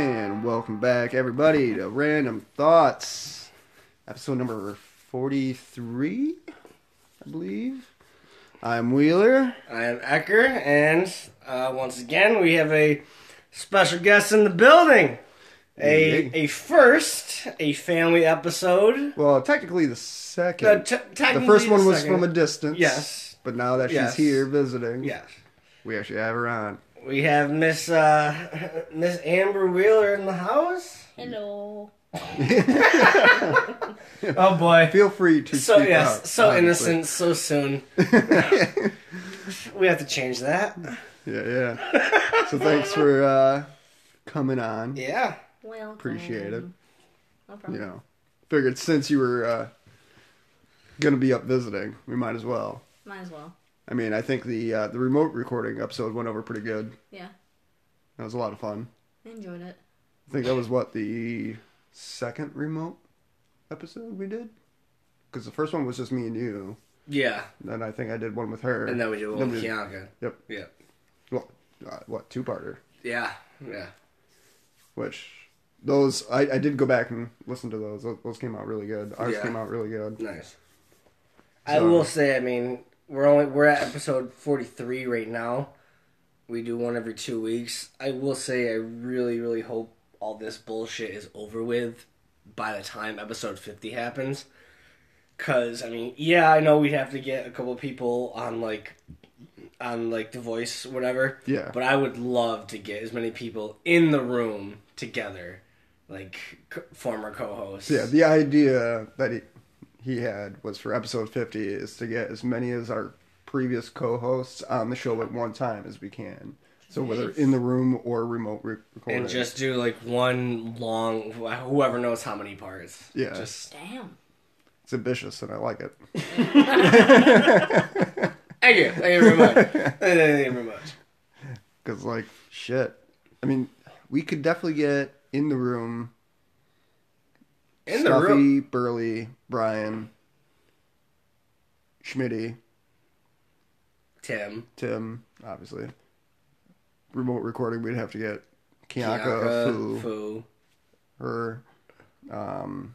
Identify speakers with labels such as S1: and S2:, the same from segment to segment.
S1: Welcome back, everybody, to Random Thoughts, episode number 43, I believe. I'm Wheeler.
S2: I am Ecker, and uh, once again we have a special guest in the building. A
S1: Indeed.
S2: a first, a family episode.
S1: Well, technically the second.
S2: No, te- technically
S1: the first one was
S2: second.
S1: from a distance.
S2: Yes.
S1: But now that
S2: Yes.
S1: she's here visiting,
S2: Yes,
S1: we actually have her on.
S2: we have Miss uh, Miss Amber Wheeler in the house.
S3: Hello.
S2: Oh boy,
S1: Feel free to
S2: so
S1: speak
S2: yes,
S1: out,
S2: so
S1: honestly.
S2: innocent, so soon. we have to change that.
S1: Mm-hmm. Yeah, yeah. so thanks for uh, coming on.
S2: Yeah,
S3: Well,
S1: Appreciate it.
S3: No
S1: You
S3: problem.
S1: know, figured since you were uh, going to be up visiting, we might as well.
S3: Might as well.
S1: I mean, I think the uh, the remote recording episode went over pretty good.
S3: Yeah.
S1: That was a lot of fun.
S3: I enjoyed it.
S1: I think that was what the second remote episode we did, because the first one was just me and you.
S2: yeah,
S1: And then I think I did one with her.
S2: and then we do a
S1: Then
S2: little Kianka.
S1: Yep.
S2: Yeah,
S1: Well, uh, what two parter?
S2: yeah, yeah.
S1: Which those I, I did go back and listen to those. Those, those came out really good. Ours
S2: Yeah.
S1: came out really good.
S2: Nice. I
S1: So-
S2: will say, I mean, we're only we're at episode forty three right now. We do one every two weeks. I will say, I really, really hope all this bullshit is over with by the time episode fifty happens. Cause I mean, yeah, I know we'd have to get a couple people on like on like the voice, whatever.
S1: Yeah.
S2: But I would love to get as many people in the room together, like c- former co-hosts.
S1: Yeah, the idea that he, he had was for episode 50 is to get as many as our previous co-hosts on the show at one time as we can. So whether in the room or remote re- recording.
S2: and just do like one long wh- whoever knows how many parts
S1: Yeah.
S2: just
S3: Damn.
S1: it's ambitious and I like it.
S2: thank you thank you very much thank you very much
S1: Cuz like shit. I mean, we could definitely get in the room
S2: in the
S1: Stuffy,
S2: room
S1: Burley, Brian, Schmitty,
S2: tim
S1: Tim, obviously. Remote recording, we'd have to get Kianka,
S2: Bianca,
S1: Fu,
S2: Fu.
S1: her. Um,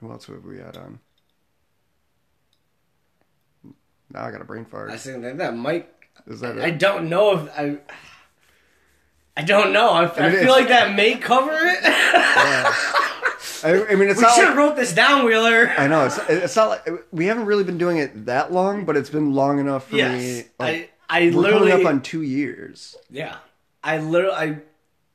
S1: who else have we had on? Now I got a brain
S2: i
S1: fart.
S2: think that, that might
S1: Is that
S2: I,
S1: it?
S2: I don't know if i i don't know i, I
S1: mean, it's-
S2: feel like that may cover it
S1: I, I mean, it's
S2: we
S1: not.
S2: should
S1: Like,
S2: have wrote this down wheeler
S1: I know it's it's not like we haven't really been doing it that long, but it's been long enough for
S2: yes
S1: me. Like,
S2: i i
S1: we're
S2: literally
S1: coming up on two years.
S2: Yeah. I literally, I,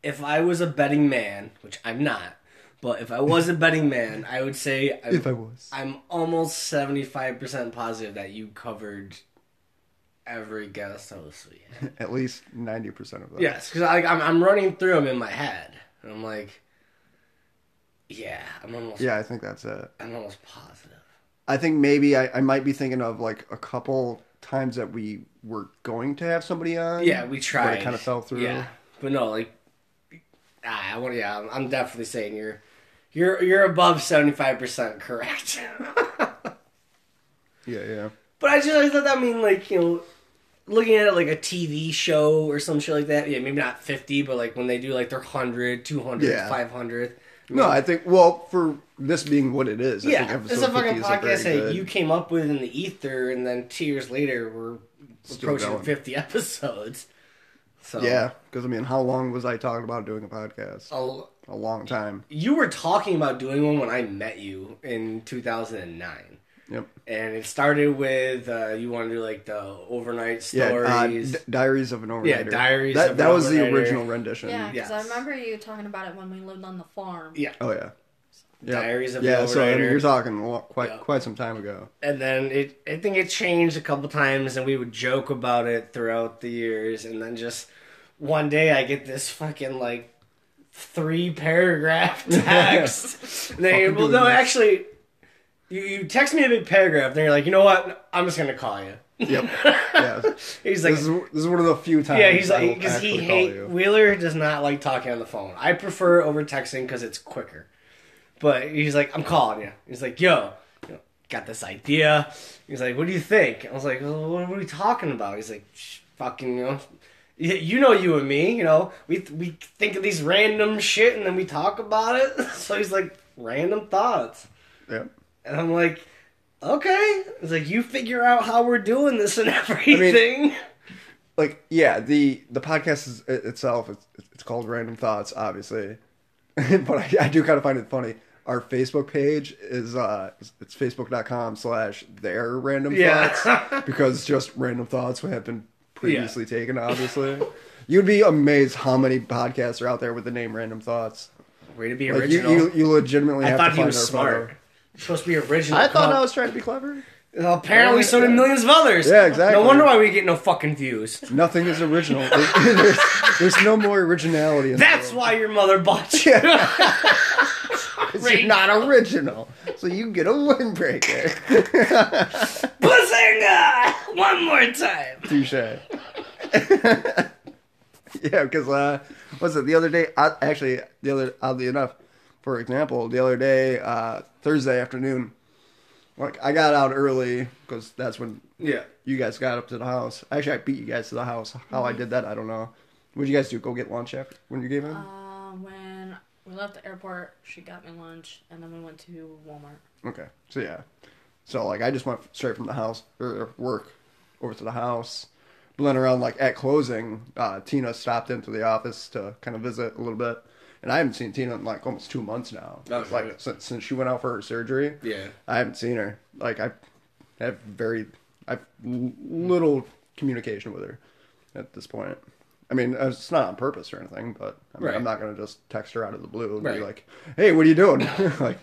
S2: if I was a betting man, which I'm not, but if I was a betting man, I would say I'm,
S1: If I was.
S2: I'm almost 75% positive that you covered every guest host we had.
S1: At least ninety percent of them.
S2: yes, because I'm, I'm running through them in my head. And I'm like, yeah, I'm almost,
S1: Yeah, I think that's it.
S2: I'm almost positive.
S1: I think maybe I, I might be thinking of like a couple times that we were going to have somebody on.
S2: Yeah, we tried.
S1: But it kind of fell through.
S2: Yeah, but no, like, ah, I want. Yeah, I'm, I'm definitely saying you're, you're, you're above seventy five percent correct.
S1: yeah, yeah.
S2: but I just I thought that mean like you know, looking at it like a TV show or some shit like that. Yeah, maybe not fifty, but like when they do like their 100, 200,
S1: Yeah.
S2: 500.
S1: No, I think well for this being what it is. I
S2: Yeah,
S1: think
S2: it's a
S1: 50
S2: fucking
S1: is very
S2: podcast that
S1: good-
S2: you came up with in the ether, and then two years later we're
S1: Still
S2: approaching
S1: going.
S2: fifty episodes. So
S1: Yeah, because I mean, how long was I talking about doing a podcast?
S2: I'll-
S1: A long time.
S2: you were talking about doing one when I met you in 2009.
S1: Yep.
S2: And it started with uh, you want to do like the overnight
S1: Yeah, uh,
S2: stories.
S1: D- Diaries of an Overnighter.
S2: Yeah, Diaries
S1: That
S2: of
S1: that
S2: an
S1: was the
S2: Overnighter.
S1: original rendition.
S3: Yeah, because I
S2: Yes.
S3: remember you talking about it when we lived on the farm.
S2: yeah.
S1: Oh yeah. Yeah.
S2: Diaries of an
S1: yeah. So I mean,
S2: Overnighter.
S1: you're talking a lot- quite
S2: Yeah.
S1: quite some time ago.
S2: And then it, I think it changed a couple times, and we would joke about it throughout the years. And then just one day, I get this fucking like three paragraph text. and then,
S1: Fucking
S2: well,
S1: doing
S2: no,
S1: this.
S2: actually, you, you text me a big paragraph, then you're like, you know what? I'm just gonna call you.
S1: Yep. yeah.
S2: He's like,
S1: This is this is one of the few times.
S2: Yeah, he's
S1: I
S2: like
S1: will
S2: because he
S1: actually call
S2: hate
S1: you.
S2: Wheeler does not like talking on the phone. I prefer over texting because it's quicker. But he's like, I'm calling you. He's like, yo, you know, got this idea. He's like, what do you think? I was like, well, what are we talking about? He's like, "Shh, fucking, you know, You, you know you and me, you know, we we think of these random shit and then we talk about it. So he's like, random thoughts.
S1: Yep.
S2: And I'm like, okay. It's like, you figure out how we're doing this and everything.
S1: Like yeah, the the podcast is, it- itself it's, it's called Random Thoughts, obviously, but I, I do kind of find it funny. Our Facebook page is uh it's facebook.com slash their random
S2: Yeah.
S1: thoughts because just random thoughts have been previously taken obviously. You'd be amazed how many podcasts are out there with the name Random Thoughts.
S2: Way to be
S1: Like you,
S2: original.
S1: you, you legitimately
S2: I
S1: have
S2: thought
S1: to
S2: he
S1: find
S2: was
S1: our
S2: smart.
S1: photo.
S2: Supposed to be original.
S1: I thought
S2: Come
S1: I
S2: on.
S1: was trying to be clever.
S2: Apparently, so did
S1: Yeah.
S2: millions of others.
S1: Yeah, exactly.
S2: No wonder why we get no fucking views.
S1: Nothing is original. There- there's, there's no more originality. In
S2: That's
S1: the world.
S2: why your mother bought you.
S1: You're not original, so you get a windbreaker.
S2: Bazinga! One more time.
S1: Touche. yeah, because uh, was it the other day? I, actually, the other oddly enough, for example, the other day, uh, Thursday afternoon, like I got out early because that's when
S2: Yeah.
S1: you guys got up to the house. Actually, I beat you guys to the house. How I did that, I don't know. What'd you guys do? Go get lunch after when you gave in?
S3: Uh, when we left the airport, she got me lunch, and then we went to Walmart.
S1: Okay. So yeah. So like I just went straight from the house or work over to the house. But then around like at closing, uh, Tina stopped into the office to kind of visit a little bit. And I haven't seen Tina in like almost two months now.
S2: Oh,
S1: It's like
S2: shit.
S1: since, since she went out for her surgery.
S2: Yeah.
S1: I haven't seen her. Like I have very I have l- little communication with her at this point. I mean, uh, it's not on purpose or anything, but I mean,
S2: Right.
S1: I'm not gonna just text her out of the blue and
S2: Right.
S1: be like, "Hey, what are you doing?" like,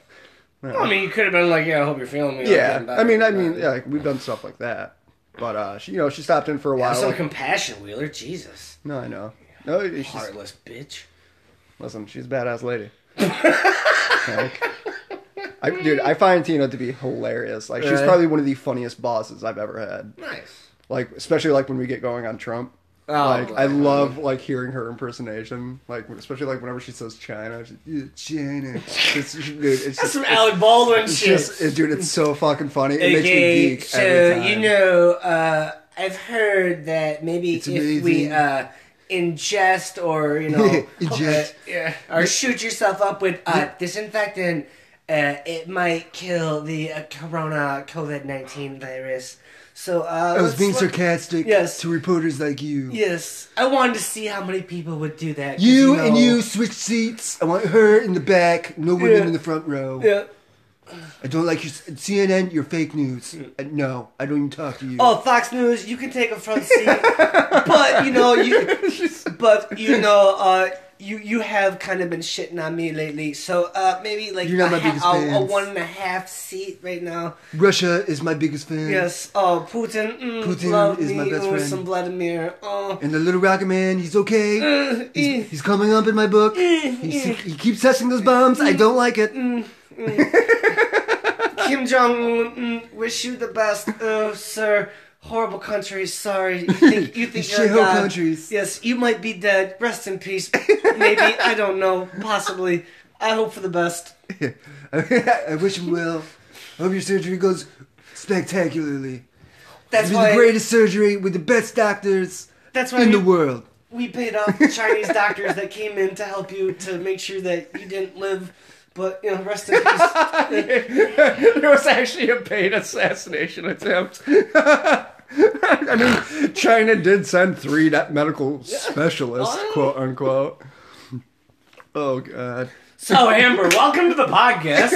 S2: I mean, you could have been like, yeah, I hope you're feeling me. I'm
S1: yeah,
S2: getting better.
S1: I mean, I mean, yeah, like, we've done stuff like that, but uh, she, you know, she stopped in for a
S2: Have
S1: while.
S2: some
S1: like-
S2: compassion, Wheeler. Jesus.
S1: no, I know. No, she's,
S2: Heartless bitch.
S1: listen, she's a badass lady. Like, I, dude, I find Tina to be hilarious. Like, she's
S2: Right.
S1: probably one of the funniest bosses I've ever had.
S2: Nice.
S1: Like, especially like when we get going on Trump.
S2: Oh,
S1: like, I
S2: my
S1: love like hearing her impersonation. Like, especially like whenever she says China, she, "Yeah, China. It's, dude, it's
S2: That's
S1: just,
S2: some Alec Baldwin
S1: it's
S2: shit.
S1: just, it- dude, it's so fucking funny. It
S2: Okay,
S1: makes me geek every
S2: so
S1: time.
S2: you know, uh, I've heard that maybe
S1: It's
S2: if we
S1: amazing.
S2: uh, ingest or you know,
S1: Ingest.
S2: uh, yeah, or shoot yourself up with uh, disinfectant, uh, it might kill the uh, corona COVID nineteen virus. So uh,
S1: I was
S2: let's
S1: being
S2: look-
S1: sarcastic
S2: Yes.
S1: to reporters like you.
S2: Yes, I wanted to see how many people would do that. 'cause,
S1: You and
S2: know-
S1: you switch seats. I want her in the back, no women
S2: Yeah.
S1: in the front row.
S2: Yeah.
S1: I don't like your CNN, your fake news. Uh, no, I don't even talk to you.
S2: Oh, Fox News, you can take a front seat, but you know, you, but you know, uh, you you have kind of been shitting on me lately, so uh, maybe like
S1: You're not
S2: a,
S1: my
S2: ha-
S1: biggest
S2: a, a
S1: fans.
S2: one and a half seat right now.
S1: Russia is my biggest fan.
S2: Yes, oh Putin, mm,
S1: Mm. Putin
S2: love
S1: is
S2: me.
S1: my best
S2: Ooh,
S1: friend.
S2: Some Vladimir. Oh,
S1: And the little rocket man, he's okay.
S2: uh, eh,
S1: He's coming up in my book. He's, he keeps testing those bombs. I don't like it.
S2: Mm. Eh, Kim Jong Un, mm, wish you the best. Oh, sir. Horrible country, sorry. You think, you think you're a
S1: Shithole
S2: Oh, god.
S1: countries.
S2: Yes, you might be dead. Rest in peace. Maybe. I don't know. Possibly. I hope for the best.
S1: I wish him well. I hope your surgery goes spectacularly.
S2: That's
S1: It'll be the
S2: why,
S1: greatest surgery with the best doctors
S2: that's why
S1: in the
S2: we,
S1: world.
S2: we paid off the Chinese doctors that came in to help you to make sure that you didn't live. But, you know, rest in peace.
S1: there was actually a paid assassination attempt. I mean, China did send three da- medical specialists, quote unquote. Oh god.
S2: So, Amber, welcome to the podcast.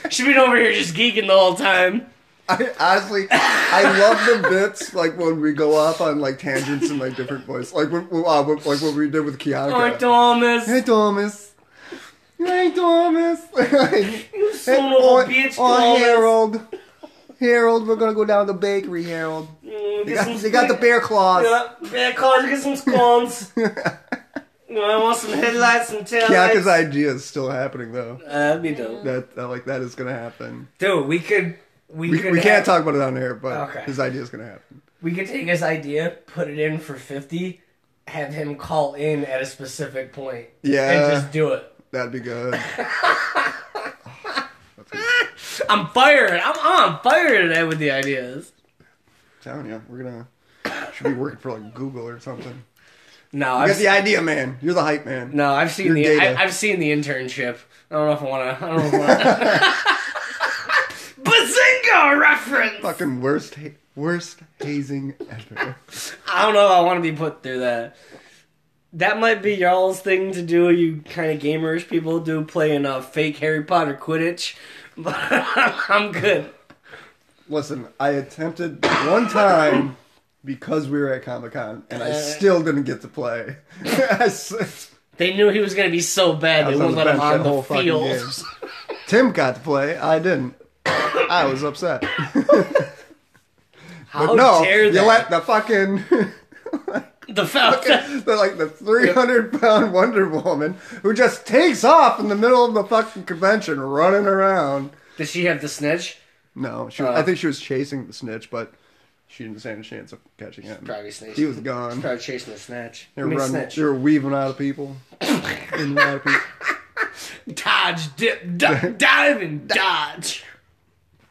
S2: She's been over here just geeking the whole time.
S1: I, honestly, I love the bits like when we go off on like tangents and like different voice, like when, uh, when- like what we did with Kiara.
S2: Oh, Thomas.
S1: hey Thomas. Hey Thomas.
S2: You son of a
S1: oh,
S2: bitch,
S1: oh,
S2: Thomas.
S1: Harold. Harold, we're gonna go down to the bakery, Harold.
S2: Mm,
S1: They
S2: get
S1: got,
S2: some
S1: they got the
S2: squid-
S1: bear claws.
S2: Yeah, bear claws, get some scones. you know, I want some headlights, some taillights.
S1: Kiaka's idea is still happening though.
S2: Uh, that'd be dope.
S1: That, that like that is gonna happen.
S2: Dude, we could. We,
S1: We,
S2: could
S1: we can't
S2: have-
S1: talk about it on air, but
S2: Okay.
S1: his idea is gonna happen.
S2: We could take his idea, put it in for 50, have him call in at a specific point,
S1: Yeah.
S2: and just do it.
S1: That'd be good.
S2: I'm fired. I'm, I'm on fire today with the ideas.
S1: telling you, we're gonna Should be working for like Google or something.
S2: No,
S1: I
S2: I've,
S1: got the idea, man. You're the hype man.
S2: no, I've seen
S1: Your
S2: the
S1: data.
S2: I, I've seen the internship. I don't know if I want to. I don't know if I want to. Bazinga reference.
S1: Fucking worst, ha- worst hazing ever.
S2: I don't know. I want to be put through that. That might be y'all's thing to do. You kind of gamerish people do playing uh, fake Harry Potter Quidditch, but I'm good.
S1: Listen, I attempted one time because we were at Comic Con, and I still didn't get to play. I s-
S2: They knew he was gonna be so bad
S1: I
S2: they
S1: was on the
S2: wouldn't let
S1: bench
S2: him on
S1: that
S2: the
S1: whole fucking
S2: field.
S1: game. Tim got to play. I didn't. I was upset.
S2: How
S1: no,
S2: Oh, dare
S1: you
S2: they?
S1: let the fucking
S2: the Falcon.
S1: the, like the three hundred pound Wonder Woman who just takes off in the middle of the fucking convention, running around.
S2: Did she have the snitch?
S1: No, she.
S2: Uh.
S1: I think she was chasing the snitch, but she didn't stand a chance of catching him.
S2: Probably snitch.
S1: He was gone.
S2: Probably chasing the snatch. I
S1: They were,
S2: mean,
S1: running-
S2: snitch.
S1: they were weaving out of people. In and out of people.
S2: Dodge, dip, duck, dive, and dodge.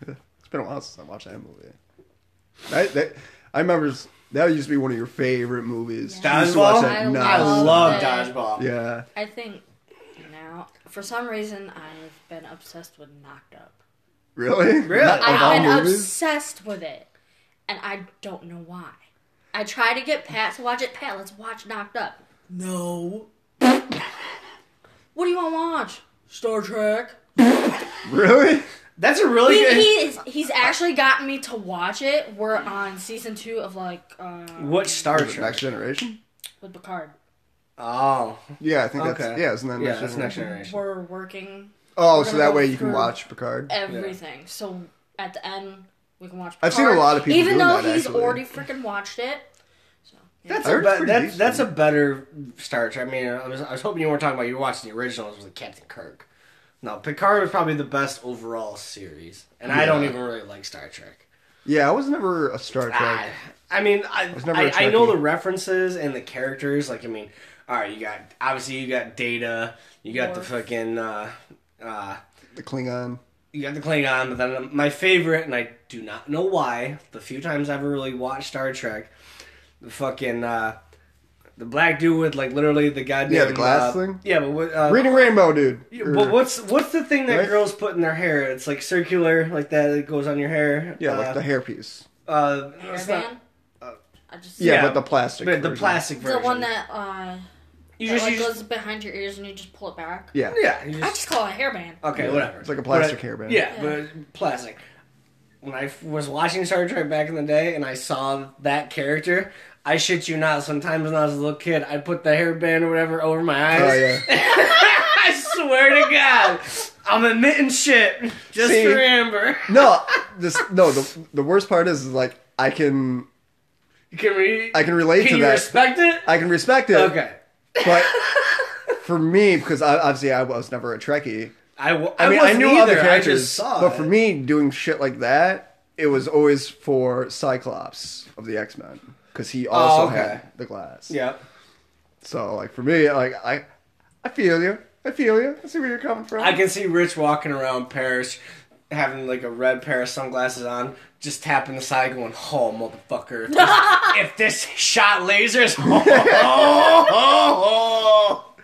S1: It's been a while since I watched that movie. That, that, I remember s- that used to be one of your favorite movies.
S3: Yeah.
S1: You used to watch
S2: Dodgeball?
S1: that
S3: I
S2: I
S1: nonstop.
S2: love
S3: it.
S2: dodgeball.
S1: Yeah.
S3: I think now, for some reason, I've been obsessed with Knocked Up.
S1: Really?
S2: Really?
S1: Not
S2: Of
S3: I've
S1: all
S3: been
S1: movies?
S3: obsessed with it, and I don't know why. I try to get Pat to watch it. Pat, let's watch Knocked Up. No. what do you want to watch? Star Trek.
S1: Really?
S2: That's a really
S3: He,
S2: good.
S3: he is, he's actually gotten me to watch it. We're on season two of like uh,
S2: What
S1: Was
S2: Star
S1: it Next
S2: Trek?
S1: Generation?
S3: with Picard.
S2: Oh,
S1: Yeah, I think that's
S2: Okay.
S1: yeah, isn't that
S2: yeah,
S1: next,
S2: that's
S1: generation?
S2: next generation.
S3: We're working
S1: Oh,
S3: We're
S1: so
S3: gonna
S1: that
S3: go
S1: way you can
S3: through
S1: watch Picard.
S3: everything. So at the end, we can watch.
S1: I've seen a
S3: Picard,
S1: lot of people
S3: even
S1: doing
S3: though
S1: that,
S3: he's
S1: actually.
S3: already freaking watched it. So yeah.
S2: That's
S1: I
S2: a
S1: heard it's
S2: be-
S1: pretty
S2: that's
S1: decent.
S2: that's a better Star Trek. I mean, I was, I was hoping you weren't talking about you watching the originals with Captain Kirk. No, Picard was probably the best overall series, and I don't
S1: Yeah.
S2: even really like Star Trek.
S1: Yeah, I was never a Star Trek.
S2: I, I mean, I,
S1: was never a
S2: I, I know
S1: Trekkie.
S2: the references and the characters. Like, I mean, all right, you got obviously you got Data, you got the
S3: Worf.
S2: fucking, uh, uh,
S1: The Klingon.
S2: you got the Klingon. But then my favorite, and I do not know why, the few times I've ever really watched Star Trek, the fucking uh, the black dude with like literally the goddamn
S1: Yeah, the glass
S2: uh,
S1: thing?
S2: Yeah, but what? Uh,
S1: Reading Rainbow, dude. Or-
S2: But what's what's the thing that
S1: Right?
S2: girls put in their hair? It's like circular, like that. It goes on your hair.
S1: yeah,
S2: Uh,
S1: like the hairpiece.
S2: uh,
S3: Air
S2: it's not-
S3: Van? I just
S1: uh, Yeah,
S2: yeah,
S1: but the plastic.
S2: but the
S1: version.
S2: plastic
S3: the
S2: version.
S3: one that uh,
S2: You
S3: that,
S2: just,
S3: like,
S2: you
S3: goes
S2: just
S3: behind your ears and you just pull it back.
S1: Yeah.
S2: yeah. Uh, You
S3: I
S2: just,
S3: just call it a hairband.
S2: okay,
S1: Yeah,
S2: whatever.
S1: it's like a plastic
S2: But-
S1: hairband.
S2: Yeah,
S3: Yeah.
S2: but plastic. When I f- was watching Star Trek back in the day, and I saw that character, I shit you not. Sometimes when I was a little kid, I put the hairband or whatever over my eyes.
S1: Oh yeah.
S2: I swear to God, I'm admitting shit just
S1: See?
S2: for Amber.
S1: No, this no. The the worst part is, is like I can
S2: Can we?
S1: I can relate
S2: Can
S1: to
S2: you
S1: that.
S2: respect it?
S1: I can respect it.
S2: okay.
S1: but for me, because I, obviously I was never a Trekkie.
S2: I, w-
S1: I mean, I,
S2: wasn't
S1: knew
S2: either.
S1: other characters,
S2: I just saw
S1: but for
S2: it.
S1: me, doing shit like that, it was always for Cyclops of the X Men because he also
S2: Oh, okay.
S1: had the glass.
S2: yeah.
S1: So like for me, like I, I feel you. I feel you. I see where you're coming from.
S2: I can see Rich walking around Paris having like a red pair of sunglasses on, just tapping the side going, Oh motherfucker. If this, if this shot lasers oh, oh, oh, oh."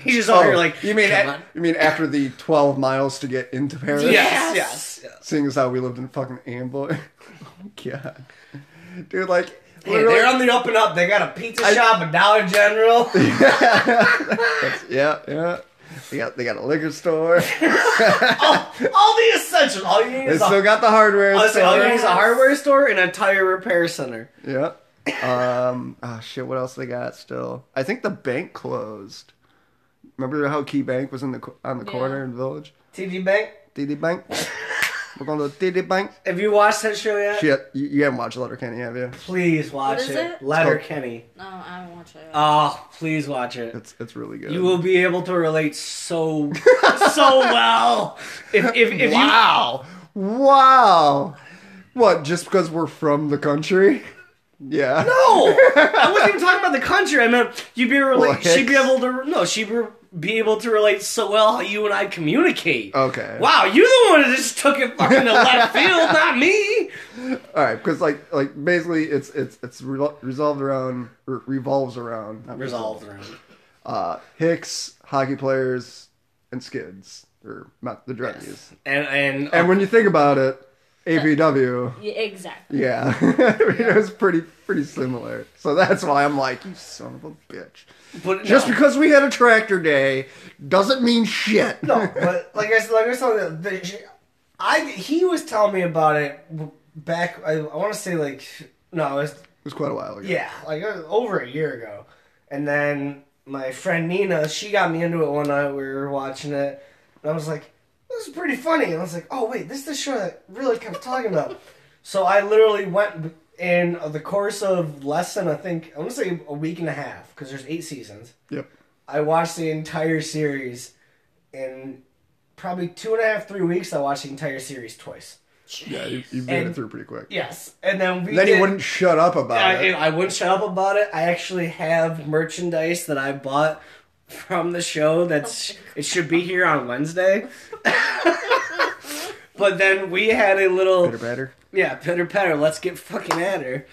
S2: He's just over
S1: Oh,
S2: here like
S1: you mean
S2: "Come
S1: a-
S2: on."
S1: you mean after the twelve miles to get into Paris?
S2: Yes,
S3: Yes.
S2: yes. yes.
S1: Seeing as how we lived in fucking Amboy. oh, God. Dude, like,
S2: Hey,
S1: literally-
S2: they're on the up and up. They got a pizza shop, a Dollar General.
S1: yeah, yeah. They got, they got a liquor store. they
S2: all the essentials. All you need is a,
S1: still got the hardware
S2: honestly, all you
S1: store.
S2: need is a hardware store and a tire repair center.
S1: Yeah. Um, oh, shit, what else they got still? I think the bank closed. Remember how Key Bank was in the co- on the
S3: Yeah.
S1: corner in the village?
S2: TD Bank.
S1: TD Bank. We're going to TD Bank.
S2: Have you watched that show yet?
S1: Shit, you, you haven't watched Letterkenny, have you?
S2: Please watch
S3: What is
S2: it.
S3: it?
S2: Letter Kenny.
S3: No, I haven't watched it.
S2: Oh, please watch it.
S1: It's it's really good.
S2: You will be able to relate so so well. If if, if
S1: wow. Wow. What, just because we're from the country? Yeah.
S2: you no, I wasn't even talking about the country. I meant you'd be
S1: Well,
S2: relate. She'd be
S1: Hicks.
S2: able to no. She'd be- be able to relate so well how you and I communicate.
S1: Okay.
S2: Wow, you're the one that just took it fucking to left field, not me.
S1: All right, because like like basically it's it's it's re- resolved around or revolves around not
S2: Resolved around.
S1: uh, Hicks, hockey players, and skids or not the drug use.
S2: And and,
S1: And when you think about it, APW,
S3: Yeah, exactly.
S1: yeah, I mean, it was pretty pretty similar. So that's why I'm like, you son of a bitch.
S2: uh, but
S1: Just
S2: no,
S1: because we had a tractor day doesn't mean shit.
S2: no, but like I said, like I was telling the, the- I he was telling me about it back. I, I want to say like no, it was
S1: It was quite a while ago.
S2: Yeah, like uh, over a year ago. And then my friend Nina, she got me into it one night. We were watching it, and I was like, "This is pretty funny." And I was like, "Oh wait, this is the show that really kept talking about." so I literally went in the course of less than I think I want to say a week and a half because there's eight seasons.
S1: Yep.
S2: I watched the entire series in probably two and a half, three weeks. I watched the entire series twice.
S1: Yeah, you, you made it
S2: And-
S1: through pretty quick.
S2: Yes, and then we
S1: Then he
S2: did-
S1: wouldn't shut up about
S2: I,
S1: it.
S2: I wouldn't shut up about it. I actually have merchandise that I bought from the show.
S1: Oh
S2: That's it should be here on Wednesday. but then we had a little
S1: Better, better.
S2: yeah pitter patter. Let's get fucking at her.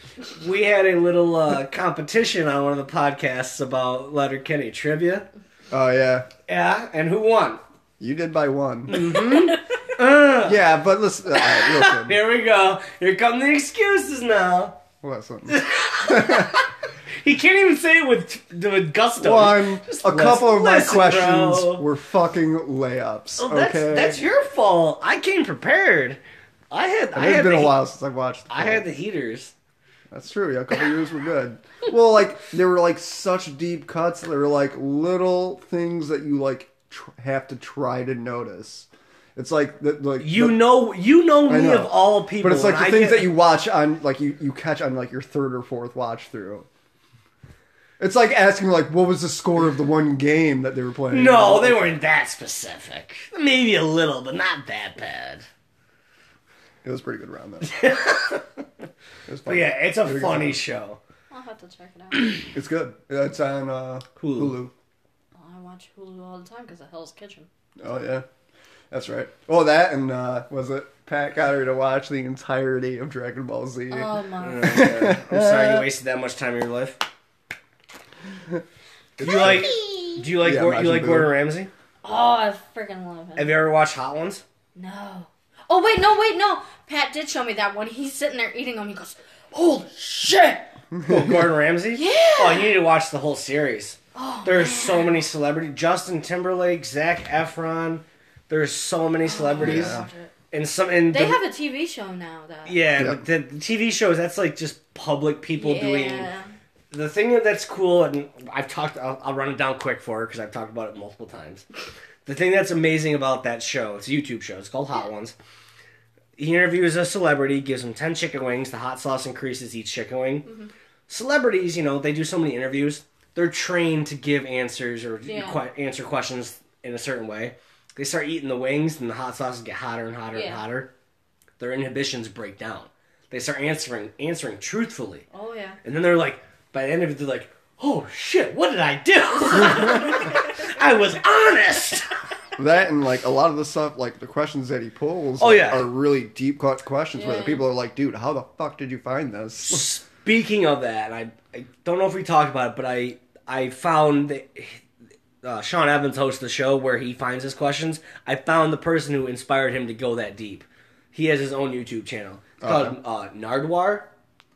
S2: We had a little uh, competition on one of the podcasts about Letter Kenny trivia.
S1: Oh yeah,
S2: Yeah, and who won?
S1: you did by one.
S2: Mm-hmm. Uh.
S1: yeah, but listen, all right, listen.
S2: Here we go. Here come the excuses now.
S1: Listen.
S2: He can't even say it with, with gusto.
S1: One,
S2: Just
S1: a
S2: listen-
S1: couple of my
S2: listen,
S1: questions
S2: bro.
S1: were fucking layups.
S2: Well, Oh, that's
S1: okay,
S2: that's your fault. I came prepared. I had I
S1: it's
S2: had
S1: been
S2: the,
S1: a
S2: he-
S1: while since I watched. the
S2: I
S1: film.
S2: had the heaters.
S1: That's true. Yeah, a couple years were good. Well, like there were like such deep cuts. There were like little things that you like tr- have to try to notice. It's like the, like
S2: You
S1: the-
S2: know you know me
S1: know.
S2: of all people.
S1: but it's like
S2: and
S1: the
S2: I
S1: things
S2: get-
S1: that you watch on like you you catch on like your third or fourth watch through. It's like asking like what was the score of the one game that they were playing.
S2: No, they weren't that specific. Maybe a little, but not that bad.
S1: it was a pretty good round though. It was
S2: But
S1: fun.
S2: yeah, it's a
S1: It was fun.
S2: funny show.
S3: I'll have to check it out. well,
S1: It's good. It's on uh,
S2: Hulu.
S1: Hulu.
S3: I watch Hulu all the time because of Hell's Kitchen.
S1: Oh yeah, that's right. Oh, that and uh, was it? Pat got her to watch the entirety of Dragon Ball Z.
S3: Oh my.
S2: I'm sorry
S1: Uh,
S2: you wasted that much time of your life. Do you like do you like
S1: Yeah,
S2: Gor- you
S1: Majin
S2: like
S1: Buu.
S2: Gordon Ramsay?
S3: Oh, I freaking love him.
S2: Have you ever watched Hot Ones?
S3: No. Oh wait, no, wait, no. Pat did show me that one. He's sitting there eating them. He goes, "Holy shit!"
S2: Well, Gordon Ramsay?
S3: Yeah. Oh,
S2: Oh, you need to watch the whole series. There's so many celebrity. Justin Timberlake, Zach Efron. There's so many celebrities. And some and
S3: They
S2: the-
S3: have a TV show now. That
S2: yeah,
S1: Yeah.
S2: but the TV shows that's like just public people doing
S3: Yeah.
S2: the thing that's cool, and I've talked, I'll, I'll run it down quick for her because I've talked about it multiple times. The thing that's amazing about that show, it's a YouTube show, it's called Hot Ones. He interviews a celebrity, gives him 10 chicken wings, the hot sauce increases each chicken wing.
S3: Mm-hmm.
S2: Celebrities, you know, they do so many interviews, they're trained to give answers or
S3: Yeah.
S2: que- answer questions in a certain way. They start eating the wings, and the hot sauces get hotter and hotter and
S3: Yeah.
S2: hotter. Their inhibitions break down. They start answering answering truthfully.
S3: Oh yeah.
S2: And then they're like, by the end of it, they're like, oh shit, what did I do? I was honest.
S1: That and like a lot of the stuff, like the questions that he pulls.
S2: Oh,
S1: like,
S2: yeah.
S1: are really deep cut questions where the
S3: Yeah.
S1: people are like, "Dude, how the fuck did you find this?"
S2: Speaking of that, I, I don't know if we talked about it, but I I found that uh, Sean Evans hosts the show where he finds his questions. I found the person who inspired him to go that deep. He has his own YouTube channel It's called
S1: Okay.
S2: uh, Nardwar.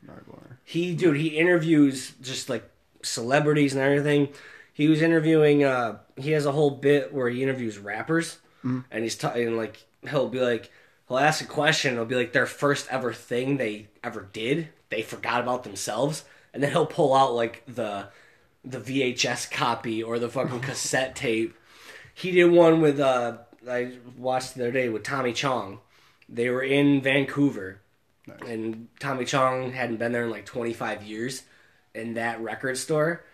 S1: Nardwar.
S2: He dude, he interviews just like celebrities and everything. He was interviewing. uh He has a whole bit where he interviews rappers, and he's talking like he'll be like he'll ask a question. It'll be like their first ever thing they ever did. They forgot about themselves, and then he'll pull out like the the VHS copy or the fucking cassette tape. He did one with uh I watched the other day with Tommy Chong. They were in Vancouver and Tommy Chong hadn't been there in like 25 years in that record store.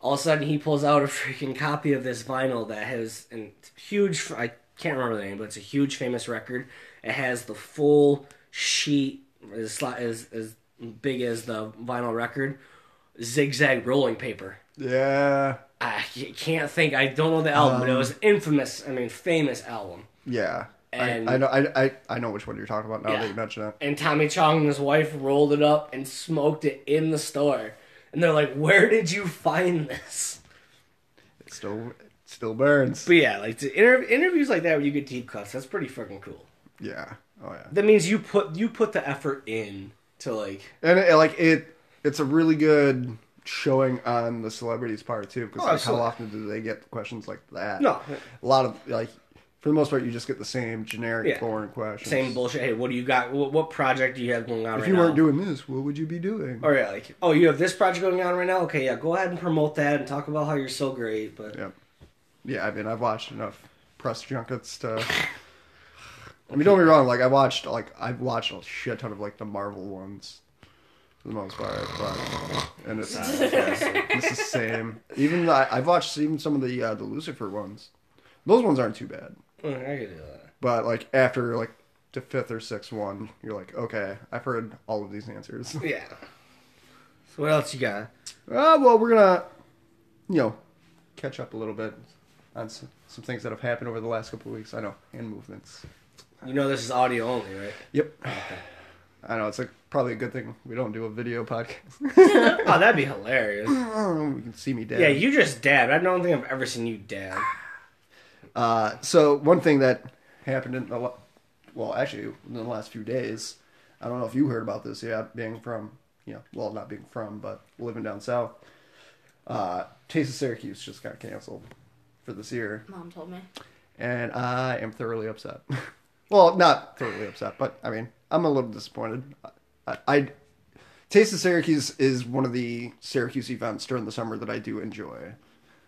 S2: All of a sudden, he pulls out a freaking copy of this vinyl that has a huge, I can't remember the name, but it's a huge famous record. It has the full sheet, as, sli- as, as big as the vinyl record, zigzag rolling paper.
S1: Yeah,
S2: I can't think, I don't know the album, but it was infamous, I mean, famous album.
S1: yeah.
S2: and
S1: I know I, I I know which one you're talking about now
S2: Yeah.
S1: that you mention it.
S2: and Tommy Chong and his wife rolled it up and smoked it in the store. And they're like, "Where did you find this?"
S1: It still it still burns.
S2: But yeah, like to inter- interviews like that where you get deep cuts, that's pretty freaking cool.
S1: Yeah. Oh yeah.
S2: That means you put you put the effort in to like
S1: And it, like it, it's a really good showing on the celebrities' part too. Because
S2: Oh,
S1: like, how
S2: absolutely.
S1: often do they get questions like that?
S2: No.
S1: A lot of like, for the most part, you just get the same generic
S2: Yeah.
S1: boring questions.
S2: same bullshit. Hey, what do you got? What, what project do you have going on
S1: If
S2: right
S1: you
S2: now?
S1: weren't doing this, what would you be doing?
S2: or yeah, like, oh, you have this project going on right now. Okay, yeah, go ahead and promote that and talk about how you're so great. But
S1: Yep. Yeah, I mean, I've watched enough press junkets to. I mean, don't get me wrong. Like, I watched like I've watched a shit ton of like the Marvel ones, for the most part. But and it's it's the same. Even the, I've watched even some of the uh, the Lucifer ones. Those ones aren't too bad.
S2: Mm, I could do that.
S1: But like after like the fifth or sixth one, you're like, okay, I've heard all of these answers.
S2: Yeah. So what else you got?
S1: Uh, well, we're gonna, you know, catch up a little bit on some, some things that have happened over the last couple of weeks. I know hand movements.
S2: You know this is audio only, right?
S1: Yep. I know it's like probably a good thing we don't do a video podcast.
S2: oh, that'd be hilarious.
S1: we can see me dab.
S2: Yeah, you just dab. I don't think I've ever seen you dab.
S1: Uh, so one thing that happened in the la- well, actually in the last few days, I don't know if you heard about this yet. Being from you know, well, not being from, but living down south, uh, Taste of Syracuse just got canceled for this year.
S3: Mom told me.
S1: and I am thoroughly upset. well, not thoroughly upset, but I mean, I'm a little disappointed. I, I Taste of Syracuse is one of the Syracuse events during the summer that I do enjoy.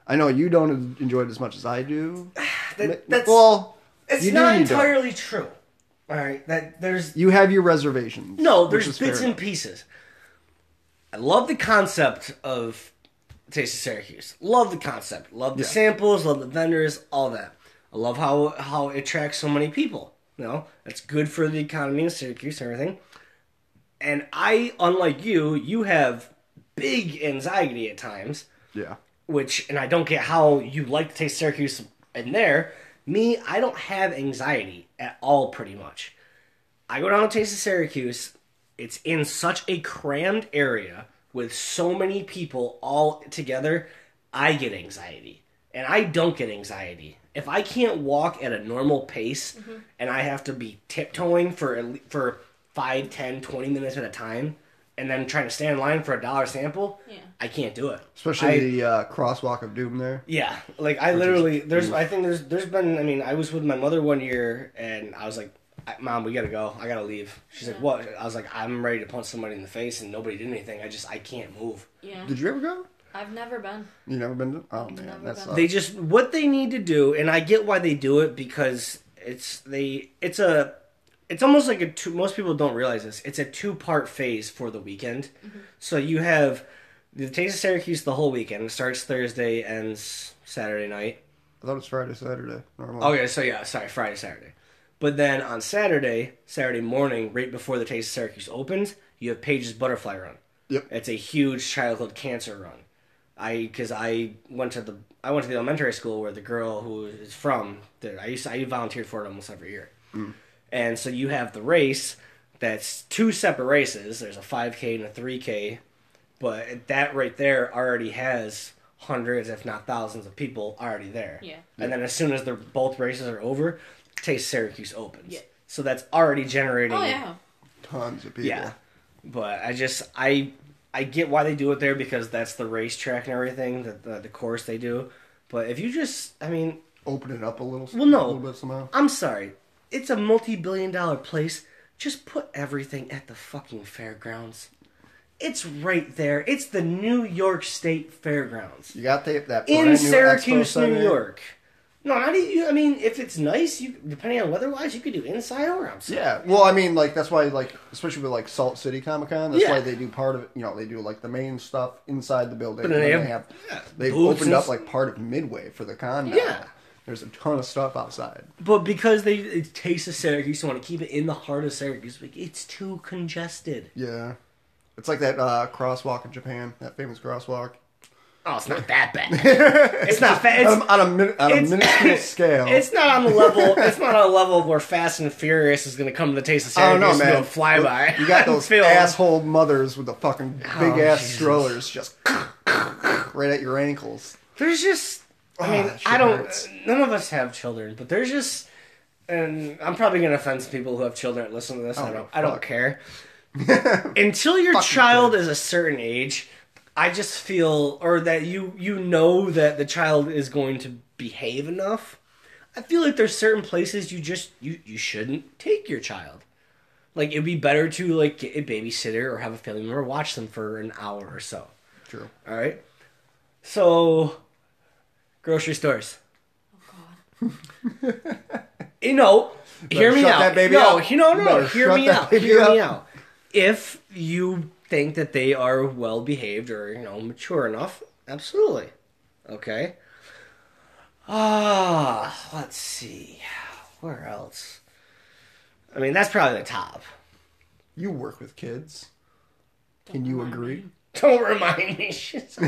S1: I know you don't enjoy it as much as I do. Ma-
S2: That, that's
S1: well,
S2: it's
S1: you do,
S2: not
S1: you don't.
S2: entirely true. All right, that there's
S1: You have your reservations.
S2: no
S1: which
S2: there's
S1: is
S2: bits
S1: fair
S2: and pieces. I love the concept of Taste of Syracuse. Love the concept. Love the
S1: Yeah.
S2: samples. Love the vendors. All that. I love how how it attracts so many people. You know, that's good for the economy of Syracuse and everything. And I, unlike you, you have big anxiety at times.
S1: Yeah.
S2: which and I don't get how you like to taste Syracuse in there. Me, I don't have anxiety at all pretty much. I go down to Taste of Syracuse. It's in such a crammed area with so many people all together. I get anxiety. And I don't get anxiety. If I can't walk at a normal pace and I have to be tiptoeing for at le- for 5, 10, 20 minutes at a time and then trying to stand in line for a dollar sample,
S3: Yeah.
S2: I can't do it.
S1: Especially
S2: I-
S1: the uh, crosswalk of doom there.
S2: yeah, like I literally there's I think there's there's been I mean I was with my mother one year and I was like, "I- Mom, we gotta go. I gotta leave. She's like, What? I was like, I'm ready to punch somebody in the face and nobody did anything. I just I can't move.
S3: Yeah.
S1: Did you ever go?
S3: I've never been.
S1: You never been to? Oh
S3: Never
S1: man, that's
S3: been.
S2: They just what they need to do, and I get why they do it because it's they it's a it's almost like a two. Most people don't realize this. It's a two part phase for the weekend. So you have the Taste of Syracuse the whole weekend. It starts Thursday, ends Saturday night.
S1: I thought it was Friday, Saturday. Normally.
S2: Okay, so Oh, yeah, sorry, Friday, Saturday. But then on Saturday, Saturday morning, right before the Taste of Syracuse opens, you have Paige's Butterfly Run.
S1: Yep.
S2: It's a huge childhood cancer run. I because I went to the I went to the elementary school where the girl who is from there I used to, I volunteered for it almost every year, and so you have the race that's two separate races. There's a 5K and a 3K, but that right there already has hundreds, if not thousands, of people already there.
S3: Yeah.
S2: And then as soon as the both races are over, Taste Syracuse opens.
S3: Yeah.
S2: So that's already generating.
S3: Oh yeah.
S1: Tons of people.
S2: Yeah. But I just I I get why they do it there because that's the racetrack and everything the the, the course they do. But if you just I mean
S1: Open it up a little.
S2: Well,
S1: A
S2: no.
S1: little bit somehow.
S2: I'm sorry, it's a multi-billion dollar place. Just put everything at the fucking fairgrounds. It's right there. It's the New York State Fairgrounds
S1: You got the, that brand new
S2: in
S1: Expo
S2: Syracuse, New
S1: Center.
S2: York. No, not even. I mean, if it's nice, you depending on weather-wise, you could do inside or outside.
S1: Yeah, well, I mean, like that's why, like especially with like Salt City Comic Con, that's
S2: Yeah.
S1: why they do part of it. You know, they do like the main stuff inside the building,
S2: But
S1: and
S2: then
S1: then
S2: they
S1: they
S2: have-
S1: have
S2: yeah,
S1: they've
S2: booths
S1: opened
S2: and
S1: up
S2: s-
S1: like part of Midway for the con. now.
S2: Yeah.
S1: there's a ton of stuff outside.
S2: But because they it tastes of Syracuse, they want to keep it in the heart of Syracuse. Like it's too congested.
S1: Yeah, it's like that uh, crosswalk in Japan, that famous crosswalk.
S2: Oh, it's not that bad. it's not fa- it's,
S1: on, a- on a, min- on a
S2: it's-
S1: minuscule scale.
S2: It's not on the level. It's not on a level where Fast and Furious is going to come to the taste of
S1: I don't
S2: Syracuse
S1: know,
S2: and do
S1: man.
S2: a flyby.
S1: You got
S2: on
S1: those
S2: film.
S1: asshole mothers with the fucking big
S2: Oh,
S1: ass
S2: Jesus.
S1: strollers just right at your ankles.
S2: There's just. I mean,
S1: that Ah, shit
S2: I don't.
S1: hurts.
S2: None of us have children, but there's just. And I'm probably going to offend some people who have children that listen to this. I
S1: Oh,
S2: don't. I don't
S1: fuck.
S2: care. Until your child is a certain age, I just feel, or that you you know that the child is going to behave enough. I feel like there's certain places you just you you shouldn't take your child. Like it'd be better to like get a babysitter or have a family member watch them for an hour or so.
S1: True.
S2: All right. So, grocery stores.
S1: Oh,
S2: You know, hear me
S1: shut
S2: out.
S1: that baby
S2: no,
S1: out.
S2: he- no, no,
S1: Better
S2: Hear
S1: shut
S2: me
S1: that
S2: out.
S1: baby
S2: Hear me
S1: out.
S2: out. If you think that they are well behaved or you know mature enough, absolutely. Okay. Ah, let's see. Where else? I mean, that's probably the top.
S1: You work with kids. Can you agree?
S2: Don't remind me. She's-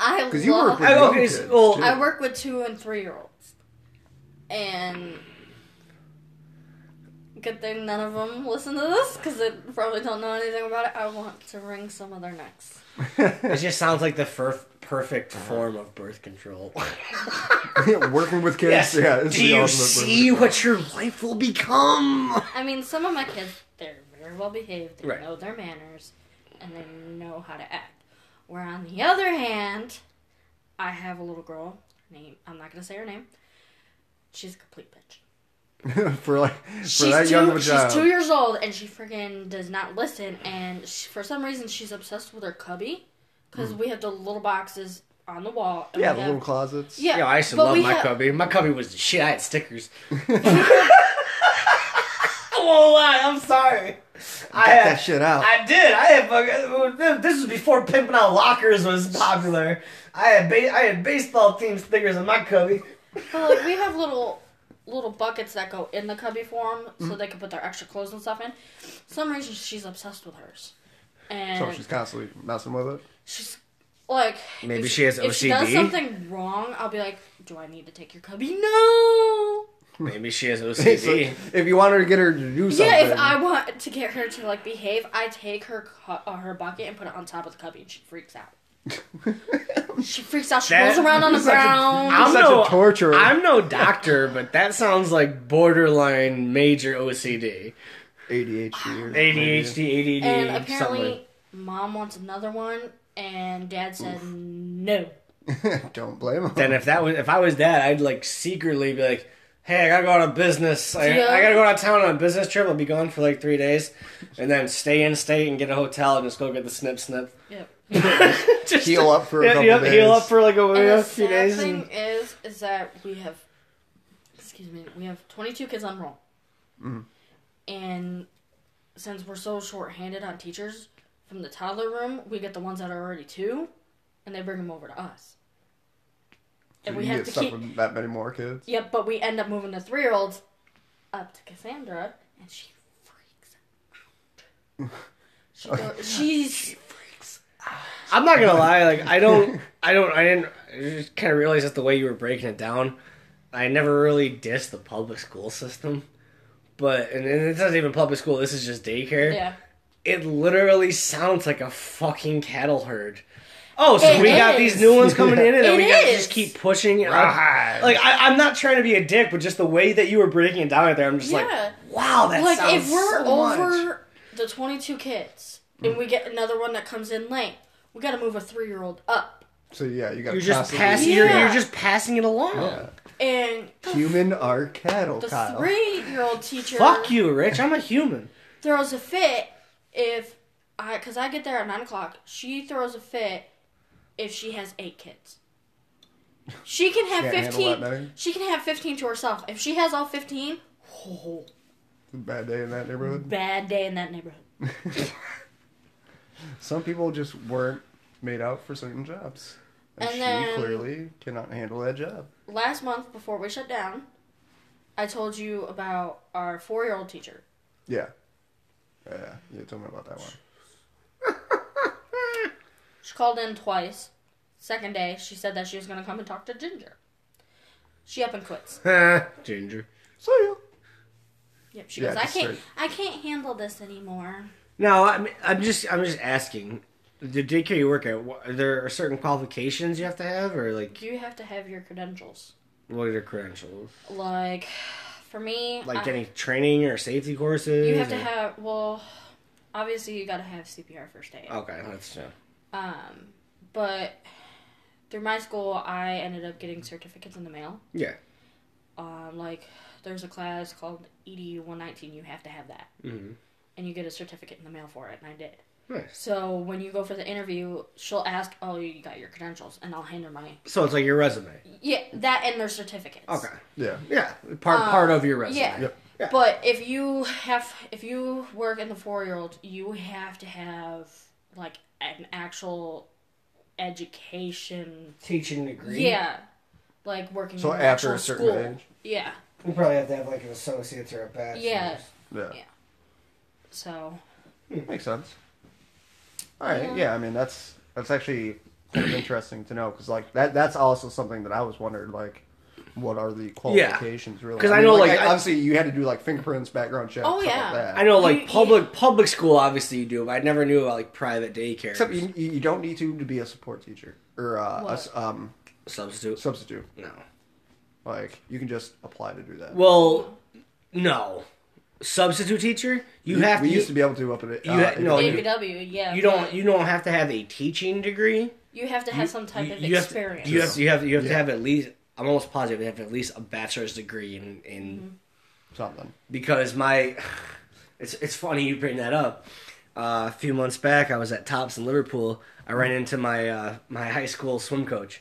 S3: I love.
S1: 'Cause you work with
S2: I-
S1: young
S2: okay,
S1: kids.
S2: so- well,
S1: too.
S3: I work with two and three year olds, and good thing none of them listen to this because they probably don't know anything about it. I want to wring some of their necks.
S2: It just sounds like the fur- perfect
S1: Uh-huh.
S2: form of birth control.
S1: Working with kids. Yeah. it's
S2: Do
S1: the
S2: you
S1: ultimate
S2: see
S1: burden.
S2: what your life will become?
S3: I mean, some of my kids they're very well behaved. They
S2: Right.
S3: know their manners, and they know how to act. Where on the other hand, I have a little girl. Her name I'm not gonna say her name. She's a complete bitch.
S1: for like for
S3: She's
S1: that
S3: two,
S1: young of a
S3: she's
S1: child?
S3: two years old and she freaking does not listen. And she, for some reason, she's obsessed with her cubby because we have the little boxes on the wall.
S1: Hmm.
S3: and
S1: yeah,
S3: we
S1: the
S3: have-
S1: little closets.
S3: Yeah,
S2: Yo, I used to
S3: but
S2: love
S3: we
S2: my
S3: have-
S2: cubby. My cubby was the shit. I had stickers. I won't lie. I'm sorry. I
S1: Get
S2: had,
S1: that shit out.
S2: I did. I had fucking. This was before pimping out lockers was popular. I had ba- I had baseball team stickers in my cubby.
S3: But like we have little little buckets that go in the cubby for them
S1: Hmm.
S3: so they can put their extra clothes and stuff in. For some reason, she's obsessed with hers.
S1: So
S3: And
S1: she's constantly messing with it.
S3: she's like,
S2: Maybe
S3: if
S2: she has
S3: If she does
S2: OCD?
S3: something wrong, I'll be like, "Do I need to take your cubby?" No.
S2: Maybe she has
S1: So if you want her to get her to do something,
S3: Yeah, if I want to get her to like behave, I take her cu- uh, her bucket and put it on top of the cubby, and she freaks out. she freaks out. She
S2: That-
S3: rolls around on the
S1: Such a-
S3: ground.
S1: I'm such a torturer.
S2: I'm no doctor, but that sounds like borderline major OCD,
S1: ADHD, or
S2: ADHD, ADD,
S3: and
S2: something.
S3: apparently, mom wants another one, and dad said no.
S1: maybe. don't blame him.
S2: Then if that was if I was that, I'd like secretly be like, "Hey, I gotta go on a business. I,
S3: Yeah.
S2: I gotta go out of town on a business trip. I'll be gone for like three days, and then stay in state and get a hotel and just go get the snip snip.
S3: Yep.
S2: Just
S1: Heal up for a
S2: Yeah,
S1: couple
S2: yep,
S1: days.
S2: Heal up for like a,
S3: And
S2: a
S3: the
S2: few
S3: sad
S2: days.
S3: thing
S2: And
S3: is, is that we have, excuse me, we have 22 kids on roll, and since we're so short-handed on teachers, from the toddler room, we get the ones that are already two, and they bring them over to us,
S1: You
S3: and we
S1: can
S3: have
S1: get
S3: to
S1: stuck
S3: keep.
S1: with that many more kids.
S3: Yep, but we end up moving the three-year-olds up to Cassandra, and she freaks out. She go, she's
S2: I'm not gonna lie, like I don't, I don't, I didn't. I just kind of realized that the way you were breaking it down, I never really dissed the public school system, but and, and it's not even public school. This is just daycare.
S3: yeah.
S2: It literally sounds like a fucking cattle herd. Oh, so
S3: It
S2: we got
S3: is.
S2: these new ones coming in, and then
S3: It
S2: we gotta
S3: is.
S2: just keep pushing. it
S1: Right.
S2: out. Like I, I'm not trying to be a dick, but just the way that you were breaking it down right there, I'm just
S3: Yeah.
S2: like, wow, that
S3: like
S2: sounds
S3: if we're
S2: so much.
S3: over the 22 kids and we get another one that comes in late we gotta move a three-year-old up
S1: So yeah, you got
S2: You're just passing.
S3: Yeah.
S2: You're, you're just passing it along.
S3: and
S1: Human are cattle,
S3: the
S1: Kyle.
S3: three-year-old teacher
S2: Fuck you, Rich. I'm a human.
S3: throws a fit if i because i get there at nine o'clock she throws a fit if she has eight kids she can have
S1: Can't handle that
S3: 15
S1: many?
S3: she can have 15 to herself if she has all 15
S1: Bad day in that neighborhood.
S3: bad day in that neighborhood
S1: Some people just weren't made out for certain jobs, and,
S3: And
S1: she
S3: then-
S1: clearly cannot handle that job.
S3: last month before we shut down i told you about our four-year-old teacher
S1: Yeah, yeah. You told me about that one.
S3: She called in twice, Second day, she said that she was going to come and talk to Ginger. She up and quits.
S2: Ginger.
S1: So yeah.
S3: Yep, she
S1: Yeah,
S3: goes. I
S1: that's
S3: can't.
S1: right.
S3: I can't handle this anymore.
S2: No, I'm, I'm just I'm just asking. The daycare you work at, wha- are there are certain qualifications you have to have, or like
S3: You have to have your credentials.
S2: what are your credentials?
S3: Like, for me,
S2: Like
S3: I-
S2: any training or safety courses?
S3: you have to
S2: or-
S3: have. Well, obviously, you got to have CPR first aid.
S2: Okay, that's yeah.
S3: Um, but through my school, I ended up getting certificates in the mail.
S2: Yeah.
S3: Um, like there's a class called E ED 119. You have to have that,
S2: Mm-hmm.
S3: and you get a certificate in the mail for it. And I did.
S2: Nice.
S3: So when you go for the interview, she'll ask, "Oh, you got your credentials," and I'll hand her my
S2: So it's like your resume.
S3: yeah that and their certificates.
S2: Okay.
S1: Yeah.
S2: Yeah, part part of your resume.
S3: Um, Yeah.
S1: Yep.
S2: Yeah.
S3: But if you have, if you work in the four year old, you have to have like an actual education.
S2: Teaching degree.
S3: Yeah. Like working.
S1: So
S3: in an
S1: after
S3: actual
S1: a certain
S3: school.
S1: age?
S3: Yeah.
S2: You probably have to have like an associate's or a bachelor's.
S3: Yeah.
S1: Yeah.
S3: Yeah. So
S1: Makes sense. All right.
S3: Yeah.
S1: Yeah. I mean, that's that's actually kind of interesting to know because like that that's also something that I was wondering like. What are the qualifications really?
S2: 'Cause I
S1: mean,
S2: know, like, I-
S1: obviously you had to do like fingerprints, background checks.
S3: Oh,
S1: stuff
S3: yeah.
S1: Like that.
S2: I know, like
S3: You-
S2: public public school, obviously you do, but I never knew about like private daycare.
S1: Except you, you you don't need to to be a support teacher or uh, a
S3: What?
S1: s um,
S2: substitute.
S1: substitute.
S2: No.
S1: Like you can just apply to do that.
S2: Well, no. Substitute teacher, you
S1: we,
S2: have
S1: we
S2: to.
S1: used to be able to up at it.
S2: you
S1: uh,
S2: had- no,
S1: ABW.
S2: you-
S3: ABW, yeah.
S2: you don't.
S3: but
S2: You don't have to have a teaching degree.
S3: You have to have some type
S2: you,
S3: of
S2: you have to-
S3: experience.
S2: you have to. You have. You have to
S1: Yeah.
S2: have at least. I'm almost positive you have to have at least a bachelor's degree in in
S3: Mm-hmm.
S1: something.
S2: because my it's it's funny you bring that up. Uh, a few months back, I was at Tops in Liverpool. I ran
S1: Mm-hmm.
S2: into my uh, my high school swim coach,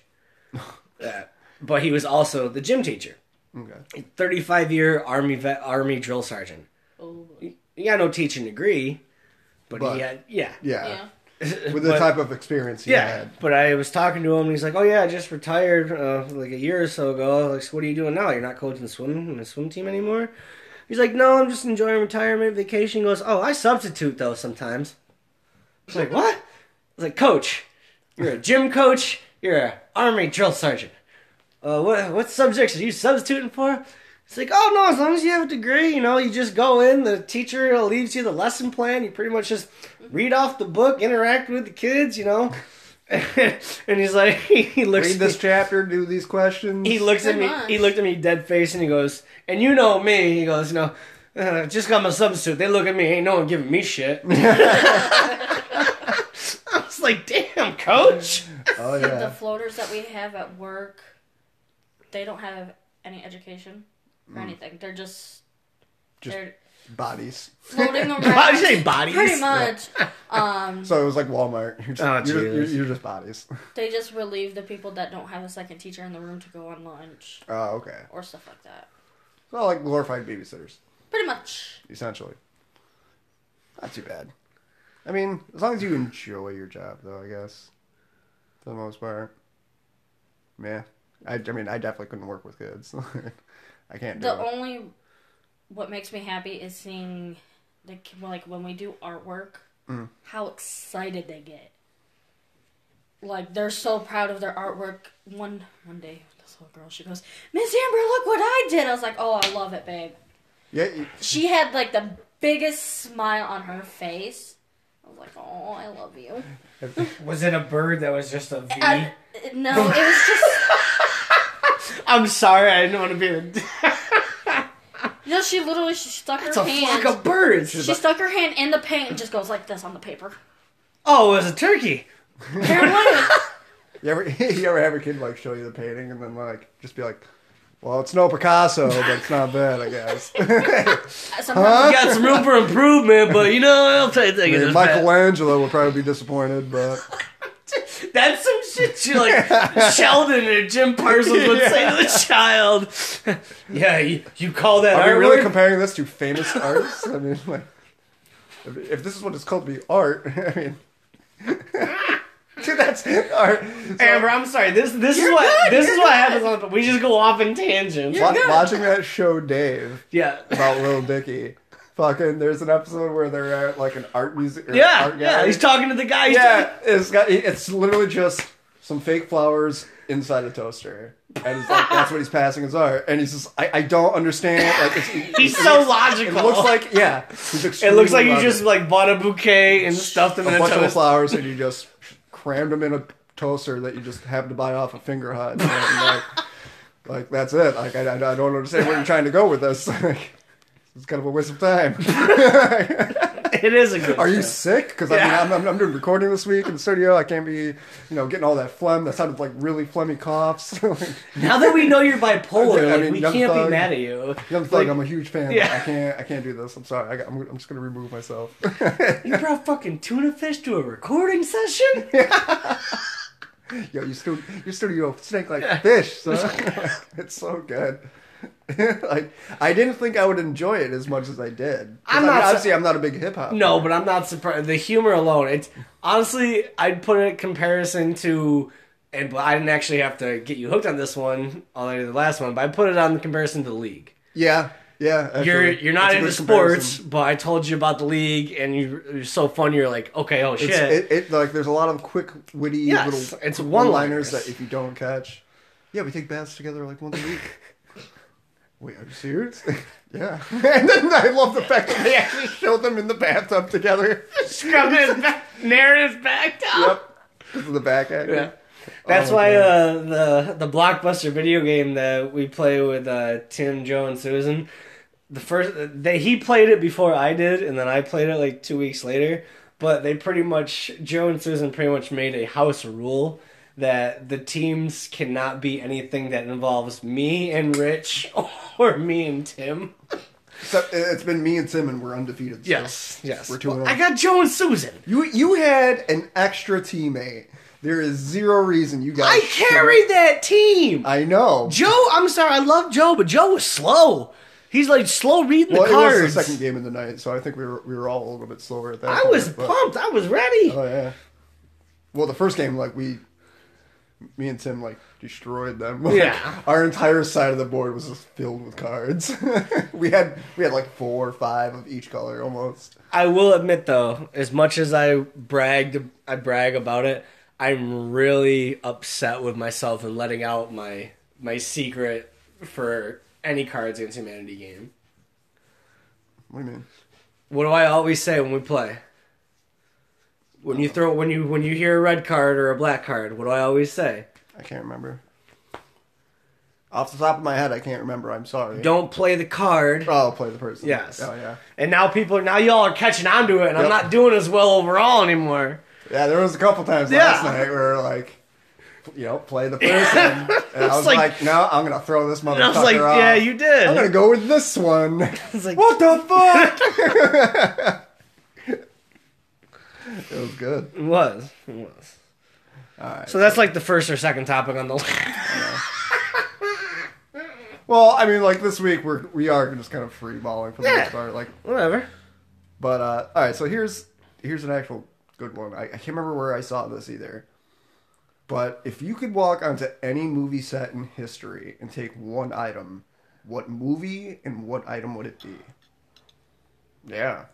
S2: uh, but he was also the gym teacher,
S1: Okay.
S2: thirty five year army vet, army drill sergeant.
S3: Oh,
S2: He got no teaching degree, but,
S1: But-
S2: he had yeah
S1: Yeah.
S3: yeah.
S1: With the
S2: But-
S1: type of experience he
S2: yeah.
S1: had.
S2: But I was talking to him, and he's like, "Oh yeah, I just retired uh, like a year or so ago. I was Like, so what are you doing now? You're not coaching the swim the swim team anymore." He's like, "No, I'm just enjoying retirement, vacation." He goes, "Oh, I substitute though sometimes." I was like, "What?" I was like, "Coach, you're a gym coach. You're a army drill sergeant. Uh, what what subjects are you substituting for?" It's like, oh no, as long as you have a degree, you know, you just go in, the teacher leaves you the lesson plan, you pretty much just read off the book, interact with the kids, you know. and he's like, he looks
S1: Read this chapter, do these questions.
S2: he looks at
S3: Pretty
S2: me.
S3: much.
S2: He looked at me dead face, and he goes, "And you know me." He goes, "No, uh, just got my substitute. They look at me. Ain't no one giving me shit." I was like, "Damn, coach."
S1: oh
S3: The
S1: yeah.
S3: floaters that we have at work, they don't have any education or anything. They're just,
S1: Hmm. Just-
S3: they're
S1: Bodies.
S3: floating
S2: Why did you
S3: around.
S2: say bodies?
S3: Pretty much. Um,
S1: So it was like Walmart. You're just,
S2: Oh,
S1: you're, you're,
S2: Jesus.
S1: you're just bodies.
S3: they just relieve the people that don't have a second teacher in the room to go on lunch
S1: Oh, okay.
S3: or stuff like that.
S1: So like glorified babysitters,
S3: Pretty much.
S1: essentially. Not too bad. I mean, as long as you enjoy your job, though, I guess. For the most part. Yeah. I, I mean, I definitely couldn't work with kids. I can't do
S3: The
S1: it.
S3: only what makes me happy is seeing the ki- like when we do artwork, how excited they get. Like they're so proud of their artwork. One one day, this little girl, she goes, "Miss Amber, look what I did!" I was like, "Oh, I love it, babe."
S1: yeah, you-
S3: She had like the biggest smile on her face. I was like, "Oh, I love you."
S2: Was it a bird that was just a V?
S3: I, no, it was just
S2: I'm sorry, I didn't want to be. A...
S3: no. She literally she stuck her
S2: it's a
S3: hand.
S2: flock of birds.
S3: she stuck her hand in the paint and just goes like this on the paper.
S2: Oh, it was a turkey.
S3: Apparently,
S1: You ever you ever have a kid like show you the painting and then like just be like, well, it's no Picasso, but it's not bad, I guess.
S3: Uh, Sometimes
S2: Got some room for improvement, but you know, I'll tell you,
S1: I
S2: take
S1: mean,
S2: it.
S1: Michelangelo would probably be disappointed, but
S2: That's some shit you like Sheldon or Jim Parsons would say to the child. yeah, you, you call that
S1: are
S2: artwork?
S1: we really comparing this to famous artists? I mean, like, if, if this is what it's called to be art, I mean, that's art. So,
S2: Amber, I'm sorry. This this is
S3: You're
S2: what
S3: good,
S2: this is
S3: you're
S2: what
S3: good.
S2: happens on the we just go off in tangents.
S1: wa- watching that show, Dave
S2: Yeah.
S1: about Lil Dicky. Fucking, there's an episode where they're at like an art music.
S2: Yeah,
S1: art
S2: yeah.
S1: gallery.
S2: He's talking to the guy. He's
S1: Yeah, it's got. It's literally just some fake flowers inside a toaster. And he's like, that's what he's passing his art. And he's just, I, I don't understand. Like, it's, it-
S2: He's
S1: it
S2: so
S1: looks-
S2: logical.
S1: It looks like, yeah.
S2: It looks like you just like bought a bouquet and stuffed them
S1: a
S2: in a
S1: bunch of
S2: toast.
S1: flowers and you just crammed them in a toaster that you just happened to buy off a finger hut. And like, like, that's it. Like, I, I don't understand where you're trying to go with this. Like, it's kind of a waste of time.
S2: It is a good.
S1: Are you
S2: show.
S1: sick? Because I mean, I'm, I'm, I'm doing recording this week in the studio. I can't be, you know, getting all that phlegm. That sounded like really phlegmy coughs. Like,
S2: now that we know you're bipolar?
S1: I
S2: like,
S1: mean,
S2: we
S1: Young
S2: can't
S1: Thug-
S2: be mad at you.
S1: Young Thug,
S2: Like,
S1: I'm a huge fan.
S2: Yeah.
S1: I can't, I can't do this. I'm sorry. I got, I'm, I'm just gonna remove myself.
S2: you brought fucking tuna fish to a recording session.
S1: Yo, you still, your studio snake like fish. son. it's so good. like, I didn't think I would enjoy it as much as I did. 'Cause,
S2: I'm
S1: I mean,
S2: not su-
S1: obviously I'm not a big hip hop.
S2: No, but I'm not surprised. The humor alone, it's honestly, I'd put it in comparison to, and but I didn't actually have to get you hooked on this one, on the last one, but I put it on the comparison to the league.
S1: Yeah, yeah. actually.
S2: You're you're not
S1: It's a
S2: into
S1: good
S2: sports,
S1: comparison.
S2: but I told you about the league, and you, you're so funny. You're like, okay, oh shit,
S1: It's, it, it like there's a lot of quick, witty
S2: Yes,
S1: little
S2: it's
S1: one-liners
S2: one-liners.
S1: that if you don't catch, yeah, we take baths together like once a week. Wait, are you serious? yeah. and then I love the fact that they actually showed them in the bathtub together.
S2: scrubbing his back, narrowing his back down.
S1: yep. This is the back act.
S2: Yeah. That's
S1: Oh,
S2: why
S1: man.
S2: uh, the the blockbuster video game that we play with uh, Tim, Joe, and Susan, the first they he played it before I did, and then I played it like two weeks later. But they pretty much Joe and Susan pretty much made a house rule that the teams cannot be anything that involves me and Rich or me and Tim.
S1: Except it- it's been me and Tim, and we're undefeated. so
S2: yes.
S1: We're two and
S2: Well,
S1: oh.
S2: I got Joe and Susan.
S1: You you had an extra teammate. There is zero reason you guys.
S2: I
S1: should've-
S2: carried that team.
S1: I know.
S2: Joe, I'm sorry, I love Joe, but Joe was slow. He's like slow reading
S1: Well,
S2: the
S1: it
S2: cards.
S1: was the second game of the night, so I think we were we were all a little bit slower at that.
S2: I
S1: point,
S2: was
S1: but-
S2: pumped. I was ready.
S1: Oh yeah. Well, the first game, like we, me and Tim, like destroyed them. Like,
S2: Yeah.
S1: Our entire side of the board was just filled with cards. we had we had like four or five of each color almost.
S2: I will admit though, as much as I bragged, I brag about it. I'm really upset with myself in letting out my my secret for any Cards Against Humanity game.
S1: What do you mean?
S2: What do I always say when we play? When you throw when you when you hear a red card or a black card, what do I always say?
S1: I can't remember. Off the top of my head, I can't remember. I'm sorry.
S2: Don't play the card.
S1: Oh, I'll play the person.
S2: Yes.
S1: Oh yeah.
S2: And now people, now y'all are catching on to it, and
S1: Yep.
S2: I'm not doing as well overall anymore.
S1: Yeah, there was a couple times last
S2: Yeah.
S1: night where like, you know, play the person, and I was like,
S2: like-
S1: no, I'm gonna throw this motherfucker
S2: And I was like,
S1: off.
S2: yeah, you did.
S1: I'm gonna go with this one.
S2: It's like-
S1: what the fuck? it was good.
S2: It was. It was.
S1: Alright.
S2: So that's like the first or second topic on the list.
S1: Well, I mean, like this week we're we are just kind of free balling for the
S2: Yeah.
S1: most part. Like,
S2: Whatever.
S1: but uh, all right. So here's here's an actual good one. I, I can't remember where I saw this either. But if you could walk onto any movie set in history and take one item, what movie and what item would it be? Yeah.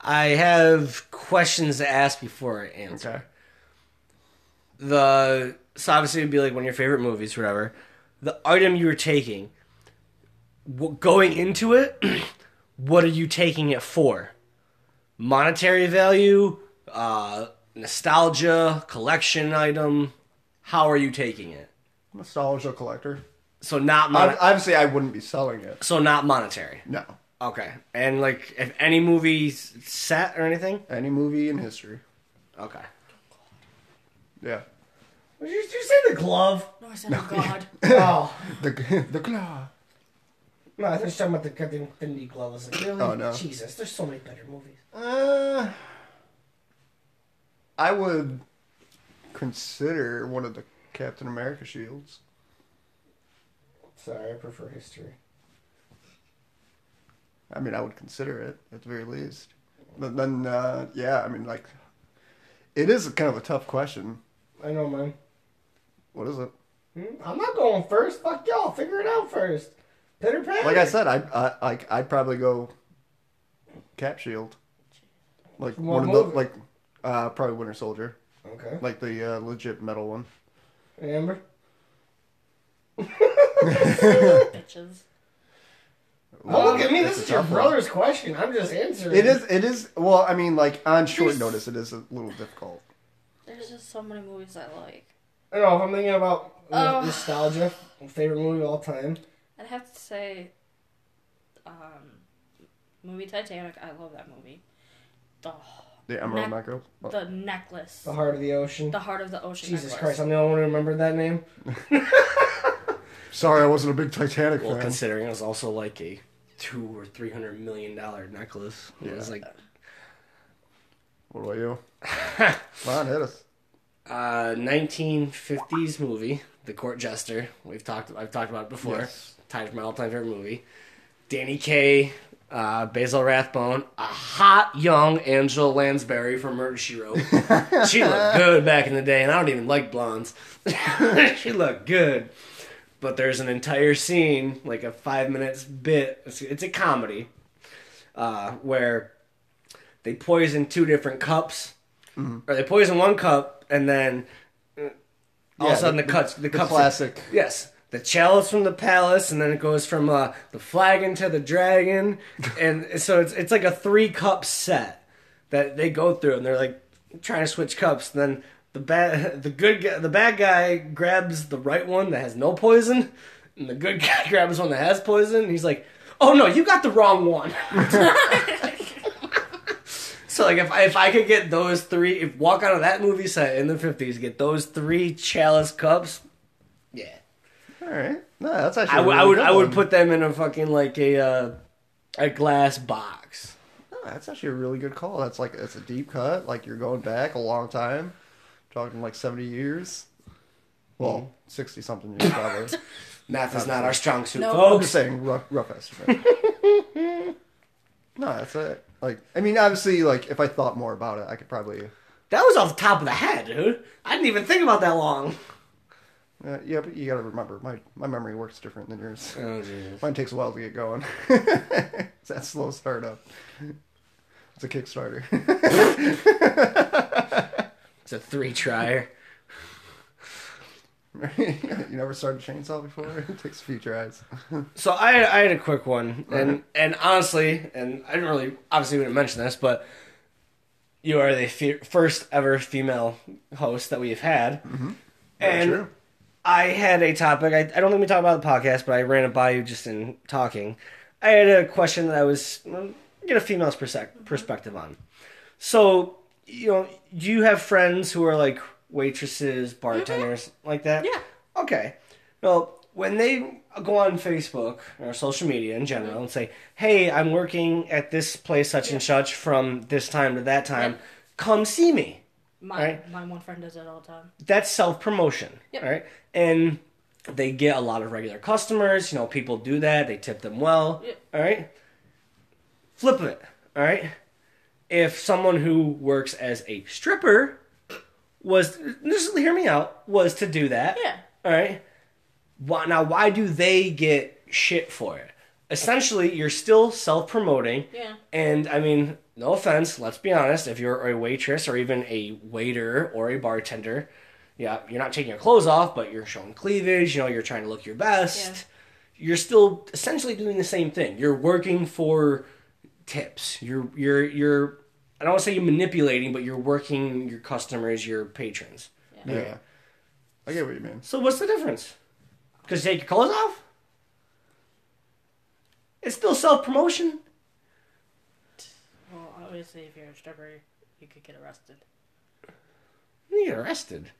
S2: I have questions to ask before I answer.
S1: Okay.
S2: The so obviously it'd be like one of your favorite movies, whatever. The item you were taking, wh- going into it, what are you taking it for? Monetary value, uh, nostalgia, collection item. How are you taking it?
S1: Nostalgia collector.
S2: So not
S1: Ob-
S2: mon-
S1: Obviously, I wouldn't be selling it.
S2: so not monetary.
S1: No.
S2: Okay, and like if any movie s- set or anything.
S1: Any movie in history.
S2: Okay.
S1: Yeah.
S2: Did you, say the glove?
S3: No, I said, oh God.
S2: oh.
S1: The the claw.
S2: No, I was talking about the goddamn Infinity Glove. I was like, really?
S1: Oh, no.
S2: Jesus, there's so many better movies.
S1: Uh, I would consider one of the Captain America shields.
S2: Sorry, I prefer history.
S1: I mean, I would consider it at the very least. But then, uh, yeah, I mean, like, it is kind of a tough question.
S2: I know, man. Hmm?
S1: What is it?
S2: I'm not going first. Fuck y'all. Figure it out first. Pitter patter.
S1: Like I said, I, I like I'd probably go Cap Shield, like
S2: From
S1: one
S2: what
S1: of the
S2: movie?
S1: like uh, probably Winter Soldier.
S2: Okay.
S1: like the uh, legit metal one.
S2: Hey, Amber?
S3: Bitches.
S2: Oh, look at me.
S1: It's
S2: This is
S1: a
S2: your
S1: tough one.
S2: brother's question. I'm just answering.
S1: It is. It is. Well, I mean, like on short
S3: There's-
S1: notice, it is a little difficult.
S3: There's just so many movies I like.
S2: I don't know if I'm thinking about
S3: Oh.
S2: n- nostalgia, favorite movie of all time.
S3: I'd have to say, um, movie Titanic. I love that movie. The
S1: The Emerald
S3: Neck-
S1: Necklace.
S3: the necklace,
S2: The Heart of the Ocean.
S3: the heart of the ocean.
S2: Oh. Jesus
S3: necklace.
S2: Christ, I'm the only one who remembered that name.
S1: Sorry, I wasn't a big Titanic
S2: Well,
S1: fan.
S2: considering it was also like a two or three hundred million dollar necklace, it was like
S1: what about you? Come on, hit us.
S2: uh, 1950s movie, The Court Jester. We've talked, I've talked about it before.
S1: Yes.
S2: Tied for my all-time favorite movie. Danny Kaye, uh, Basil Rathbone, a hot young Angela Lansbury from Murder She Wrote. she looked good back in the day, and I don't even like blondes. she looked good. But there's an entire scene, like a five minutes bit. It's, it's a comedy uh, where they poison two different cups,
S1: Mm-hmm.
S2: or they poison one cup, and then uh,
S1: Yeah,
S2: all of a sudden
S1: the-
S2: the, cups, the,
S1: the
S2: cups,
S1: classic.
S2: yes, the chalice from the palace, and then it goes from uh, the flagon to the dragon, and so it's it's like a three cup set that they go through, and they're like trying to switch cups, and then. The bad, the good, guy, the bad guy grabs the right one that has no poison, and the good guy grabs one that has poison. And he's like, "Oh no, you got the wrong one." So like if I, if I could get those three, if walk out of that movie set in the fifties, get those three chalice cups, yeah,
S1: All right. No, that's actually.
S2: I would
S1: a
S2: I
S1: really
S2: would
S1: good
S2: I would
S1: one.
S2: put them in a fucking like a uh, a glass box.
S1: No, that's actually a really good call. That's like that's a deep cut. Like you're going back a long time, talking like seventy years.
S2: Hmm.
S1: Well, sixty something years probably.
S2: Math is not our strong suit,
S3: No.
S1: I'm just
S2: folks.
S1: saying rough, rough estimate. no, that's it. Like, I mean, obviously, like if I thought more about it, I could probably.
S2: That was off the top of the head, dude. I didn't even think about that long.
S1: Uh, yeah, but you got to remember, my my memory works different than yours.
S2: Oh Jesus!
S1: Mine takes a while to get going. it's that slow startup. It's a Kickstarter.
S2: It's a three trier.
S1: you never started a chainsaw before? It takes a few tries.
S2: So I I had a quick one, and and honestly, and I didn't really obviously we didn't mention this, but you are the fe- first ever female host that we've had, and
S1: True.
S2: I had a topic. I, I don't think we talked about the podcast, but I ran it by you just in talking. I had a question that I was well, get a female's persec- perspective on. So you know, you have friends who are like waitresses, bartenders, like that.
S3: Mm-hmm. Yeah.
S2: Okay. Well, when they go on Facebook or social media in general
S3: Mm-hmm.
S2: and say, "Hey, I'm working at this place, such and such, from this time to that time.
S3: Yeah.
S2: Come see me."
S3: My
S2: Alright.
S3: my one friend does it all the time.
S2: that's self promotion,
S3: Yep.
S2: right? And they get a lot of regular customers. You know, people do that. They tip them well.
S3: Yep.
S2: All right. Flip it. All right. If someone who works as a stripper was just hear me out was to do that.
S3: Yeah.
S2: All right. Why, now, why do they get shit for it? Essentially, you're still self promoting.
S3: Yeah.
S2: And I mean, no offense, let's be honest, if you're a waitress or even a waiter or a bartender, yeah, you're not taking your clothes off, but you're showing cleavage, you know, you're trying to look your best. You're still essentially doing the same thing. You're working for tips. You're you're you're I don't want to say you're manipulating, but you're working your customers, your patrons.
S1: Yeah. I get what you mean.
S2: So what's the difference? Because you take your clothes off? It's still self promotion.
S3: Well, obviously, if you're a stripper, you could get arrested.
S2: You get arrested.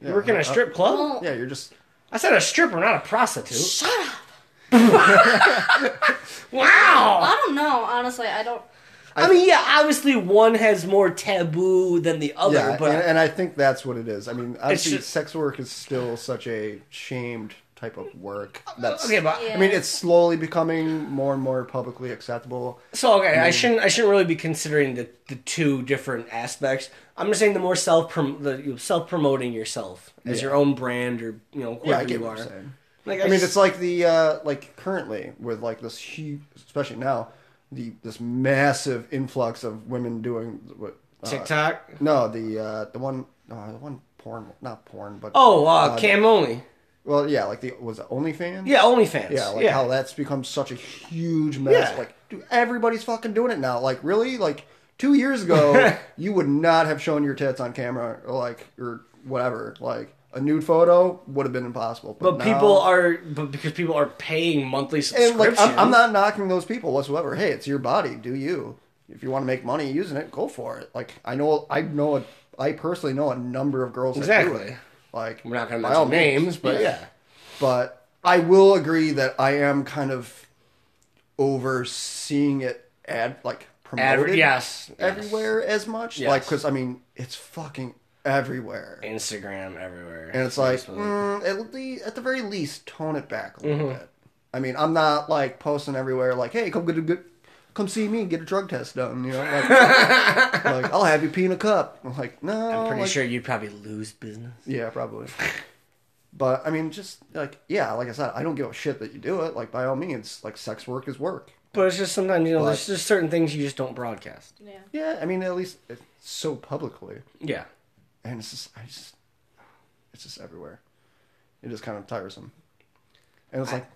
S1: Yeah. Uh,
S2: you work in a strip club?
S3: Well,
S1: Yeah, you're just.
S2: I said a stripper, not a prostitute.
S3: shut up.
S2: Wow!
S3: I don't know. Honestly, I don't.
S2: I mean, yeah, obviously one has more taboo than the other,
S1: Yeah,
S2: but
S1: and, and I think that's what it is. I mean, obviously,
S2: just-
S1: sex work is still such a shamed type of work. That's
S2: Oh, okay, but
S1: I mean, it's slowly becoming more and more publicly acceptable.
S2: so okay,
S1: Mm.
S2: I shouldn't I shouldn't really be considering the, the two different aspects. I'm just saying the more self the self promoting yourself as
S1: Yeah.
S2: your own brand or you know
S1: Yeah, I
S2: whoever
S1: get
S2: you
S1: what you're
S2: are.
S1: saying.
S2: Like
S1: I mean,
S2: just-
S1: it's like the uh, like currently with like this huge, especially now, the this massive influx of women doing what uh,
S2: TikTok.
S1: No, the uh, the one uh, the one porn, not porn, but
S2: Oh, uh,
S1: Uh,
S2: Cam only.
S1: well, yeah, like the was it OnlyFans?
S2: Yeah, OnlyFans.
S1: yeah, like how that's become such a huge mess.
S2: Yeah.
S1: Like dude, everybody's fucking doing it now. Like really, like two years ago, you would not have shown your tits on camera, or like or whatever. Like a nude photo would have been impossible.
S2: but
S1: now-
S2: people are, but because people are paying monthly
S1: And
S2: subscriptions.
S1: like, I'm, I'm not knocking those people whatsoever. Hey, it's your body. Do you? If you want to make money using it, go for it. Like I know, I know, a, I personally know a number of girls that do
S2: Exactly.
S1: it. Like
S2: We're not gonna
S1: by
S2: mention
S1: all means,
S2: names, but yeah.
S1: But I will agree that I am kind of overseeing it ad like promoted
S2: Adver- yes, yes.
S1: everywhere as much.
S2: Yes.
S1: Like because I mean, it's fucking everywhere.
S2: Instagram everywhere.
S1: And it's like,
S2: Facebook.
S1: mm, at, le- at the very least, tone it back a
S2: Mm-hmm.
S1: little bit. I mean, I'm not like posting everywhere like, hey, come get a good, come see me and get a drug test done. You know, like, like, I'll have you pee in a cup. I'm like, no,
S2: I'm pretty
S1: like-
S2: sure you'd probably lose business.
S1: yeah, probably. But I mean, just like yeah, like I said, I don't give a shit that you do it. Like by all means, like sex work is work.
S2: But it's just sometimes you know,
S1: But-
S2: there's just certain things you just don't broadcast.
S3: Yeah.
S1: Yeah, I mean, at least it's so publicly,
S2: Yeah.
S1: and it's just, I just, it's just everywhere. It is kind of tiresome, and it's like,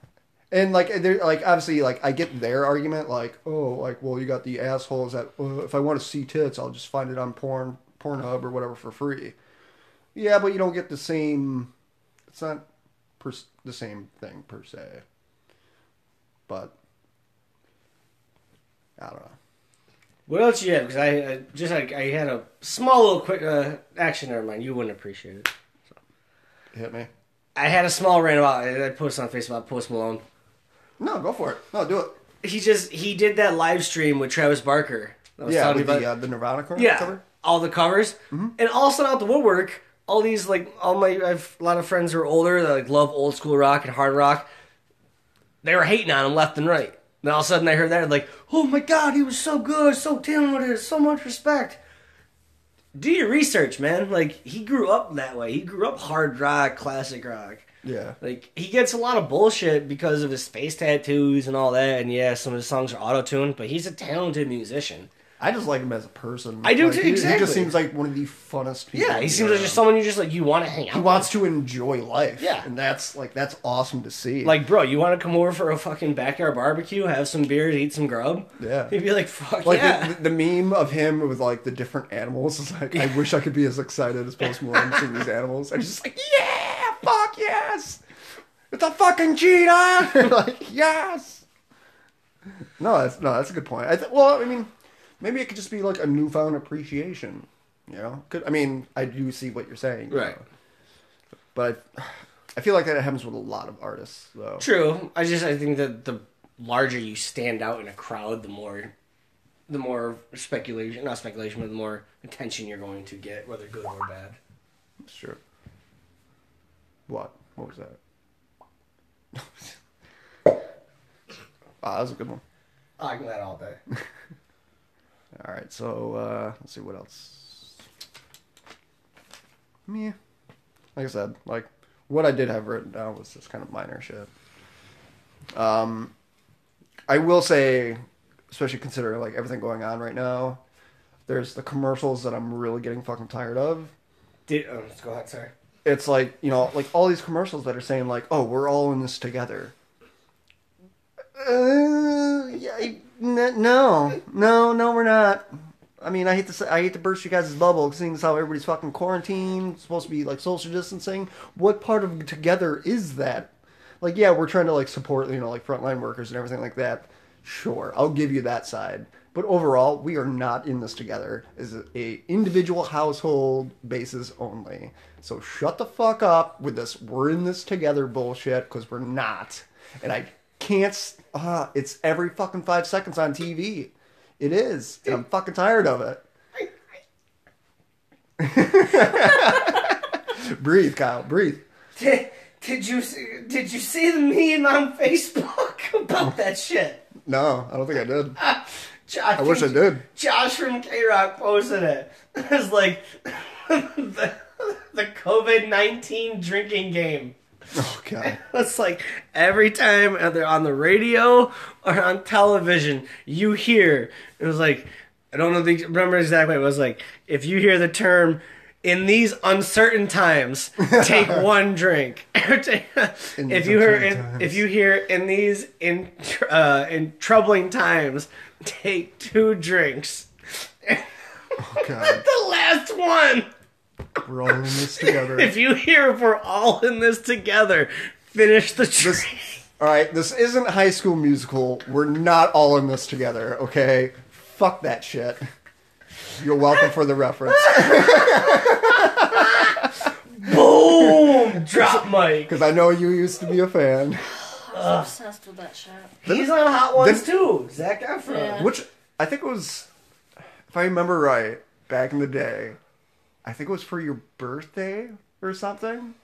S1: and like, they're like obviously, like I get their argument, like oh, like well, you got the assholes that uh, if I want to see tits, I'll just find it on porn, Pornhub or whatever for free. Yeah, but you don't get the same. It's not per, the same thing per se, but I don't know.
S2: What else you have? Because I, I just I, I had a small little quick uh, action. Never mind, you wouldn't appreciate it.
S1: Hit me.
S2: I had a small rant about I posted on Facebook about Post Malone.
S1: No, go for it. No, do it.
S2: He just he did that live stream with Travis Barker. that I was
S1: yeah,
S2: telling you
S1: with
S2: about.
S1: the, uh, the Nirvana cover.
S2: yeah,
S1: cover?
S2: all the covers, Mm-hmm. and all of a sudden out the woodwork, all these like all my I've a lot of friends who are older that like love old school rock and hard rock. They were hating on him left and right. Then all of a sudden I heard that like, oh my god, he was so good, so talented, so much respect. Do your research, man. Like he grew up that way. He grew up hard rock, classic rock.
S1: Yeah.
S2: Like he gets a lot of bullshit because of his face tattoos and all that. And yeah, some of his songs are auto tuned, but he's a talented musician.
S1: I just like him as a person.
S2: I do
S1: Like,
S2: too,
S1: he- He
S2: exactly.
S1: just seems like one of the funnest people.
S2: Yeah, he
S1: to
S2: seems
S1: be
S2: like just
S1: around.
S2: someone you just like you want to hang out.
S1: He wants to enjoy life.
S2: Yeah.
S1: and that's like that's awesome to see.
S2: with. like, bro, you want to come over for a fucking backyard barbecue, have some beers, eat some grub.
S1: Yeah.
S2: he'd be like, fuck
S1: Like
S2: yeah.
S1: the, the meme of him with like the different animals is like, I wish I could be as excited as Post Malone seeing these animals. And just like, yeah, fuck yes, it's a fucking cheetah. like yes. No, that's no, that's a good point. I th- well, I mean, maybe it could just be like a newfound appreciation. You know, could I mean, I do see what you're saying, you
S2: Right.
S1: know. But I, I feel like that happens with a lot of artists, though.
S2: True. I just I think that the larger you stand out in a crowd, the more, the more speculation, not speculation, but the more attention you're going to get, whether good or bad.
S1: It's true. What? What was that? wow, Ah, that was a good one.
S2: I can let all day.
S1: All right, so uh, let's see what else. Meh. Like I said, like what I did have written down was just kind of minor shit. Um, I will say, especially considering like everything going on right now, there's the commercials that I'm really getting fucking tired of.
S2: Did oh, let's go ahead, sorry.
S1: it's like you know like all these commercials that are saying like oh we're all in this together uh, yeah, I- n- no no no we're not i mean i hate to say, i hate to burst you guys' bubble seeing as how everybody's fucking quarantined supposed to be like social distancing what part of together is that like yeah we're trying to like support you know like frontline workers and everything like that sure i'll give you that side but overall we are not in this together as a individual household basis only so shut the fuck up with this we're in this together bullshit because we're not and i can't s- uh, it's every fucking five seconds on tv it is and i'm fucking tired of it breathe kyle breathe
S2: Did, did you see, did you see the meme on Facebook about that shit?
S1: no i don't think i did
S2: Josh, I
S1: wish I did.
S2: Josh from K Rock posted it. It was like the, the COVID nineteen drinking game.
S1: oh god
S2: It's like every time they're on the radio or on television, you hear it was like I don't know the remember exactly. It was like if you hear the term in these uncertain times, take one drink.
S1: In
S2: if
S1: these
S2: you hear,
S1: uncertain
S2: in,
S1: times.
S2: if you hear, in these in tr- uh, in troubling times, take two drinks.
S1: oh, God,
S2: The last one.
S1: we're all in this together.
S2: If you hear, we're all in this together. Finish the drink.
S1: all right, this isn't High School Musical. We're not all in this together, okay? Fuck that shit. You're welcome for the reference
S2: Boom! Drop mic.
S1: because I know you used to be a fan.
S3: I'm obsessed with that shit.
S2: He's on Hot Ones
S1: then-
S2: too. Zach Efron.
S3: Yeah.
S1: Which I think it was, if I remember right, back in the day, I think it was for your birthday or something.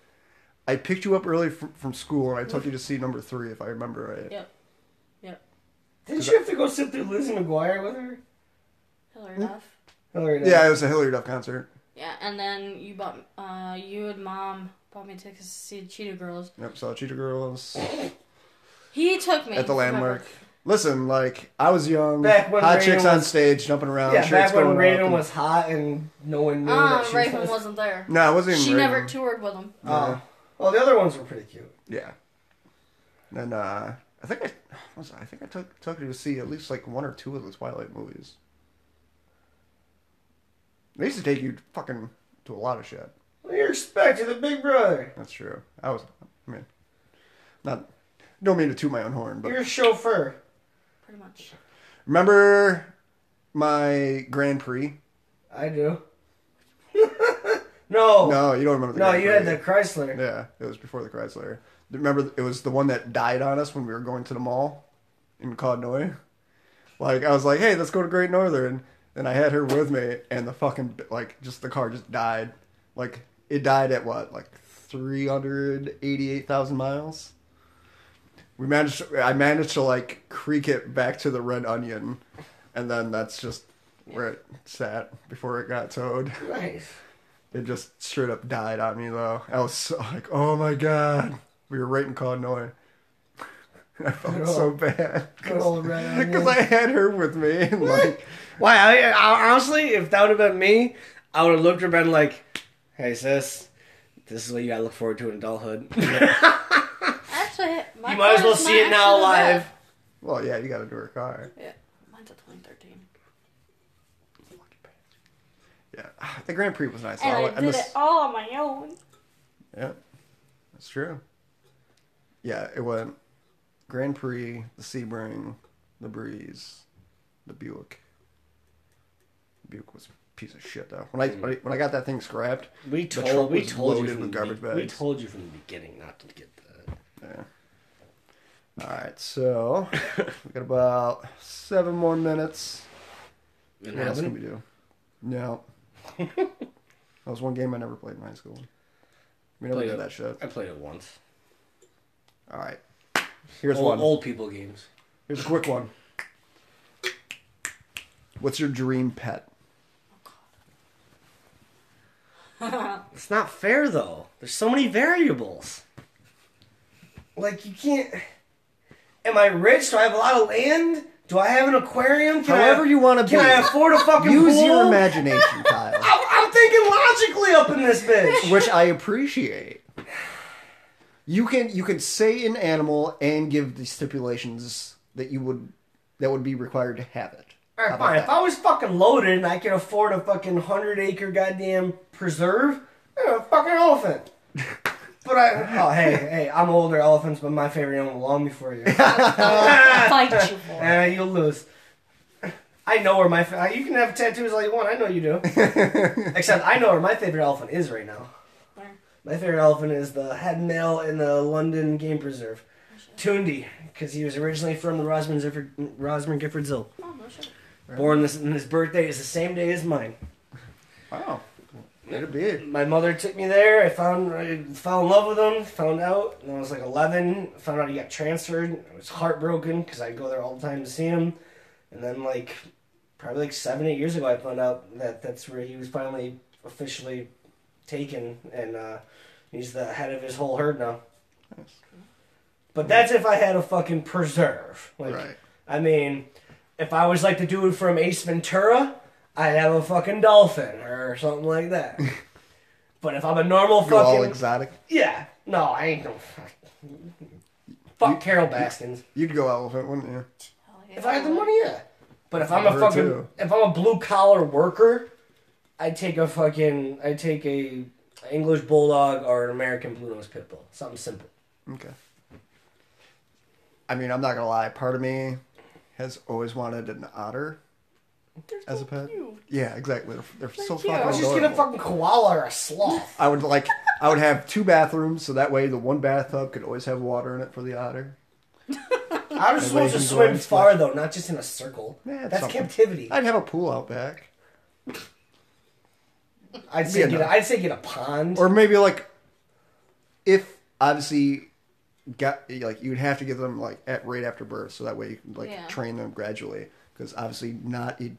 S1: I picked you up early from, from school and I took you to see number three, if I remember right.
S3: Yep. Yep.
S2: Didn't you have to go sit through Lizzie McGuire with her?
S3: Hillary Duff.
S2: Hillary Duff.
S1: Yeah, it was a Hillary Duff concert.
S3: Yeah, and then you bought, uh, you and mom bought me tickets to see Cheetah Girls.
S1: Yep, saw Cheetah Girls
S3: He took me
S1: at the
S3: for my
S1: landmark.
S3: birthday.
S1: Listen, like I was young,
S2: Back when
S1: hot
S2: Raven
S1: chicks on
S2: was-
S1: stage jumping around.
S2: Yeah,
S1: shirts
S2: back when
S1: going up
S2: Raven
S1: and-
S2: was hot and no one knew
S3: Um,
S2: that she
S3: Raven
S2: was.
S3: wasn't there.
S1: No, it wasn't even.
S3: She never
S1: Raven.
S3: toured with him.
S2: Oh. Well, the other ones were pretty cute.
S1: Yeah. And uh, I think I was I think I took took you to see at least like one or two of the Twilight movies. They used to take you fucking to a lot of shit.
S2: What do you expect? You're the big brother.
S1: That's true. I was, I mean, not don't mean to toot my own horn,
S2: You're
S1: but
S2: a chauffeur.
S3: Pretty much.
S1: remember my Grand Prix?
S2: I do. no. Oh. No,
S1: No, you don't remember the. Grand
S2: you
S1: Prix.
S2: had the Chrysler.
S1: Yeah, it was before the Chrysler. Remember, it was the one that died on us when we were going to the mall in Codnoy. Like, I was like, hey, let's go to Great Northern. And I had her with me, and the fucking, like, just the car just died. Like, it died at what? Like 388,000 miles? We managed, I managed to, like, creak it back to the Red Onion. And then that's just where it sat before it got towed.
S2: Nice.
S1: It just straight up died on me though. I was so, like, oh my god, we were right in Illinois. I felt so bad
S2: Good old red onion.
S1: because I had her with me and like,
S2: Why? I, I, honestly, if that would have been me, I would have looked at her and been like, "Hey, sis, this is what you gotta look forward to in adulthood. you
S3: Actually, my
S2: might as well
S3: car's
S2: see it
S3: not
S2: now
S3: actually that
S2: live."
S3: bad.
S1: well, yeah, you got to do her car.
S3: Yeah. Mine's a 2013.
S1: Yeah, the Grand Prix was nice.
S3: And
S1: though.
S3: I did
S1: miss-
S3: it all on my own.
S1: Yeah, that's true. Yeah, it went Grand Prix, the Sebring, the Breeze, the Buick. Buick was a piece of shit though. When I when I-
S2: Mm-hmm.
S1: when I got that thing scrapped,
S2: We
S1: The
S2: told
S1: trunk
S2: we
S1: was
S2: told you
S1: loaded
S2: from
S1: with
S2: the
S1: garbage
S2: be- We
S1: bags.
S2: told you from the beginning not to get that.
S1: Yeah. All right, so we got about seven more minutes.
S2: And
S1: What else
S2: haven't-
S1: can we do? No. that was one game I never played in high school. We never
S2: Played
S1: did
S2: it.
S1: that shit.
S2: I played it once.
S1: All right. Here's
S2: Old,
S1: one.
S2: old people games.
S1: Here's a quick one. What's your dream pet?
S2: It's not fair though. There's so many variables. Like you can't. Am I rich? Do I have a lot of land? Do I have an aquarium? Can I-
S1: However you wanna
S2: Can
S1: be.
S2: I afford a fucking
S1: Use
S2: pool?
S1: your imagination, Kyle,
S2: I'm, I'm thinking logically up in this bitch.
S1: which I appreciate. You can you can say an animal and give the stipulations that you would that would be required to have it. How
S2: All right,
S1: about
S2: fine.
S1: that?
S2: If I was fucking loaded and I could afford a fucking hundred acre goddamn preserve, I'd have a fucking elephant. But I, oh hey, hey, I'm older. Elephants been my favorite animal long before you.
S3: I'll fight you for it.
S2: Eh, you'll lose. I know where my fa- you can have tattoos all you want. I know you do. Except I know where my favorite elephant is right now.
S3: Where?
S2: My favorite elephant is the head male in the London Game Preserve, Tundi, because he was originally from the Rosman Gifford, Rosman Gifford Zoo.
S3: Mom, no shit.
S2: Born this, and his birthday is the same day as mine.
S1: Wow. It'd be it.
S2: My mother took me there. I found I fell in love with him. Found out when I was like 11. Found out he got transferred. I was heartbroken because I'd go there all the time to see him. And then like probably like seven eight years ago, I found out that that's where he was finally officially taken, and uh, he's the head of his whole herd now.
S1: Nice.
S2: But that's if I had a fucking preserve. Like,
S1: Right.
S2: I mean, if I was like the dude from Ace Ventura, I'd have a fucking dolphin or something like that. But if I'm a normal
S1: You all
S2: fucking
S1: exotic.
S2: yeah, no, I ain't no fuck. Fuck Carol Baskins.
S1: You'd go elephant, wouldn't you?
S2: If I had the money, yeah. But if I'm a
S1: Her
S2: fucking,
S1: too.
S2: if I'm a blue collar worker, I take a fucking, I take a English bulldog or an American blue nose pit bull. Something simple.
S1: Okay. I mean, I'm not gonna lie. Part of me has always wanted an otter as a pet. Yeah, exactly. They're, they're so
S3: cute.
S1: fucking.
S2: Let's just get a
S1: adorable.
S2: fucking koala or a sloth.
S1: I would like. I would have two bathrooms, so that way the one bathtub could always have water in it for the otter.
S2: I was supposed to
S1: Everybody's
S2: swim
S1: going
S2: far though, not just in a circle.
S1: Yeah, it's
S2: That's
S1: something.
S2: captivity.
S1: I'd have a pool out back,
S2: I'd say
S1: Yeah,
S2: get,
S1: no.
S2: a, I'd say get a pond.
S1: or maybe like, if obviously, got like you'd have to get them like at right after birth, so that way you can like
S3: Yeah.
S1: train them gradually. Because obviously, not a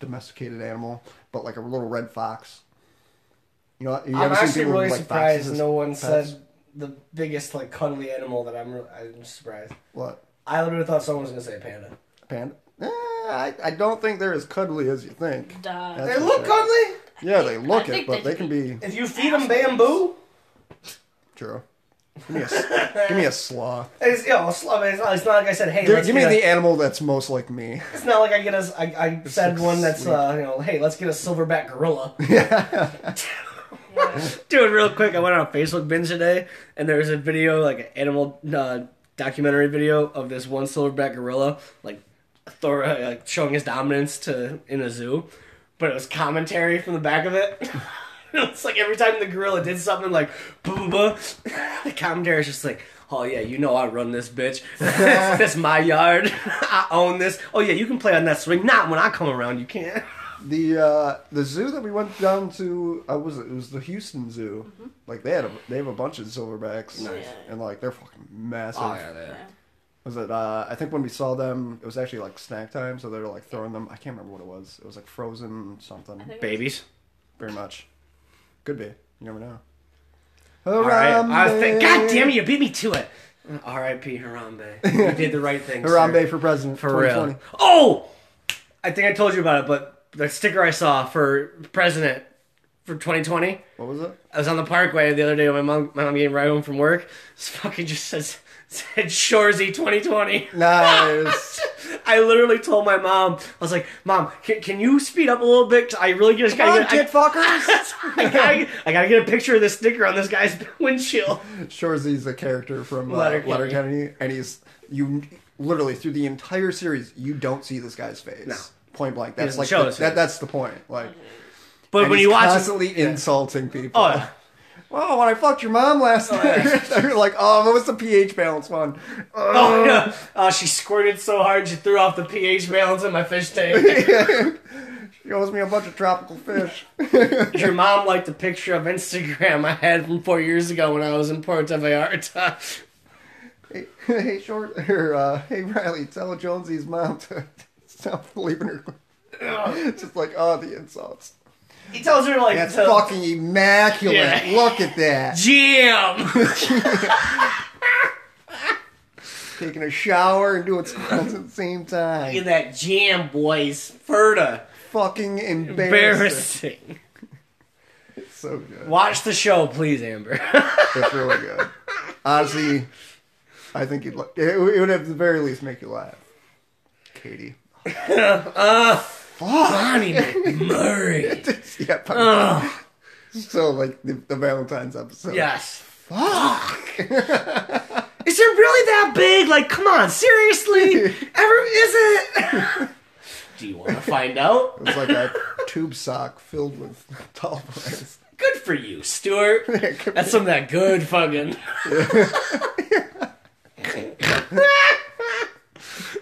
S1: domesticated animal, but like a little red fox. You know, you
S2: I'm
S1: ever seen
S2: actually
S1: people with,
S2: really
S1: like,
S2: surprised
S1: foxes
S2: no
S1: as
S2: one
S1: pets?
S2: said the biggest like cuddly animal that I'm. re- I'm surprised.
S1: what
S2: I literally thought someone was gonna say panda.
S1: panda. Eh, I, I don't think they're as cuddly as you think.
S3: Duh.
S1: That's
S2: They
S1: for
S2: look
S1: sure.
S2: cuddly.
S1: Yeah, they
S3: I
S1: look it,
S3: think
S1: but
S3: they
S1: they can
S3: should
S1: be
S2: If you feed them bamboo,
S1: True. Give me a, give me a sloth.
S2: it's you know, it's, I mean, it's, not, it's not like I said. Hey,
S1: Give,
S2: let's
S1: give me
S2: get a-
S1: the animal that's most like me.
S2: It's not like I get a. I, I said
S1: like
S2: one that's
S1: sweet.
S2: uh, you know, hey, let's get a silverback gorilla.
S1: yeah.
S2: Dude, real quick, I went on Facebook binge today, and there was a video, like an animal uh, documentary video of this one silverback gorilla, like, thor- uh, like showing his dominance to in a zoo, but it was commentary from the back of it. it's like every time the gorilla did something, like Pumbaa, the commentary is just like. Oh yeah, you know I run this bitch. this my yard. I own this. Oh yeah, you can play on that swing. Not when I come around, you can't.
S1: The uh, the zoo that we went down to, uh, was it? it was the Houston Zoo. Like they had a, they have a bunch of silverbacks,
S3: Nice.
S1: and like they're fucking massive.
S2: Oh, yeah.
S1: Was it? Uh, I think when we saw them, it was actually like snack time, so they were like throwing them. I can't remember what it was. It was like frozen something.
S3: think- Oh,
S2: Babies.
S1: Very much. Could be. You never know.
S2: All right. I
S1: Harambe.
S2: think. God damn it! You beat me to it. Uh, R.I.P. Harambe. You did the right thing.
S1: Harambe
S2: sir.
S1: for president.
S2: for real.
S1: 2020.
S2: Oh, I think I told you about it, but the sticker I saw for president for 2020.
S1: What was it?
S2: I was on the Parkway the other day. when My mom, my mom getting right home from work. This fucking just says said Shorzy 2020.
S1: Nice.
S2: I literally told my mom. I was like, "Mom, can, can you speed up a little bit? 'Cause I really just
S1: Come
S2: gotta
S1: on,
S2: get.
S1: kid fuckers.
S2: I, I, gotta, I gotta get a picture of this sticker on this guy's windshield."
S1: Shorzy's a character from uh,
S2: Letterkenny.
S1: Letterkenny, and he's you literally through the entire series you don't see this guy's face.
S2: No.
S1: Point blank.
S2: He
S1: That's
S2: doesn't
S1: like
S2: show
S1: the,
S2: his face.
S1: that, that's the point. Like
S2: But
S1: and
S2: when
S1: he's
S2: you watch it,
S1: constantly insulting people.
S2: Oh, yeah.
S1: Well, when I fucked your mom last night, they're like, "Oh, what was the pH balance one?"
S2: Oh, yeah. oh, she squirted so hard she threw off the pH balance in my fish tank.
S1: She owes me a bunch of tropical fish.
S2: Your mom liked a picture of Instagram I had from four years ago when I was in Puerto Vallarta.
S1: hey, hey, short, or, uh, hey, Riley, tell Jonesy's mom to stop leaving her. Just like, oh, the insults.
S2: He tells her like,
S1: That's
S2: to-
S1: fucking immaculate.
S2: Yeah.
S1: Look at that.
S2: "Jam."
S1: Taking a shower and doing squats at the same time.
S2: Look at that jam, boys. Ferda.
S1: Fucking embarrassing.
S2: Embarrassing.
S1: It's so good.
S2: Watch the show, please, Amber.
S1: It's really good. Honestly, I think you'd li- it, w- it would at the very least make you laugh. Katie.
S2: Bonnie Uh, McMurray.
S1: yeah, but- so like the, the Valentine's episode.
S2: Yes.
S1: Fuck.
S2: Is it really that big? Like, come on, seriously? Ever is it? Do you want to find out?
S1: It was like a tube sock filled with tall boys.
S2: Good for you, Stuart.
S1: Good
S2: That's some of that good fucking.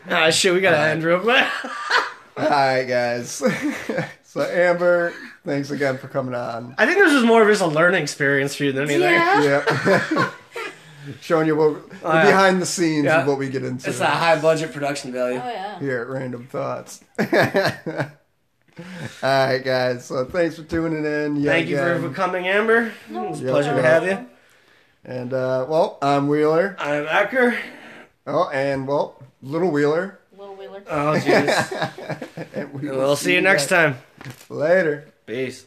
S2: ah, shit, we gotta end real quick.
S1: All right, guys. so Amber, thanks again for coming on.
S2: I think this was more of just a learning experience for you than anything.
S3: Yeah.
S1: yeah. Showing you what the
S2: Oh, yeah.
S1: behind the scenes
S2: Yeah.
S1: of what we get into
S2: It's a high budget production value.
S3: Oh yeah.
S1: here at Random Thoughts. All right, guys. So thanks for tuning in. yet
S2: Thank you for, for
S1: again.
S2: coming, Amber. It was a
S1: Yeah,
S2: pleasure to
S1: yeah.
S2: have you.
S1: and uh, well, I'm Wheeler.
S2: I'm Ecker.
S1: Oh, and well, Little Wheeler.
S3: Little Wheeler.
S2: Oh, jeez.
S1: And we
S2: we'll see you next time.
S1: time. Later.
S2: Peace.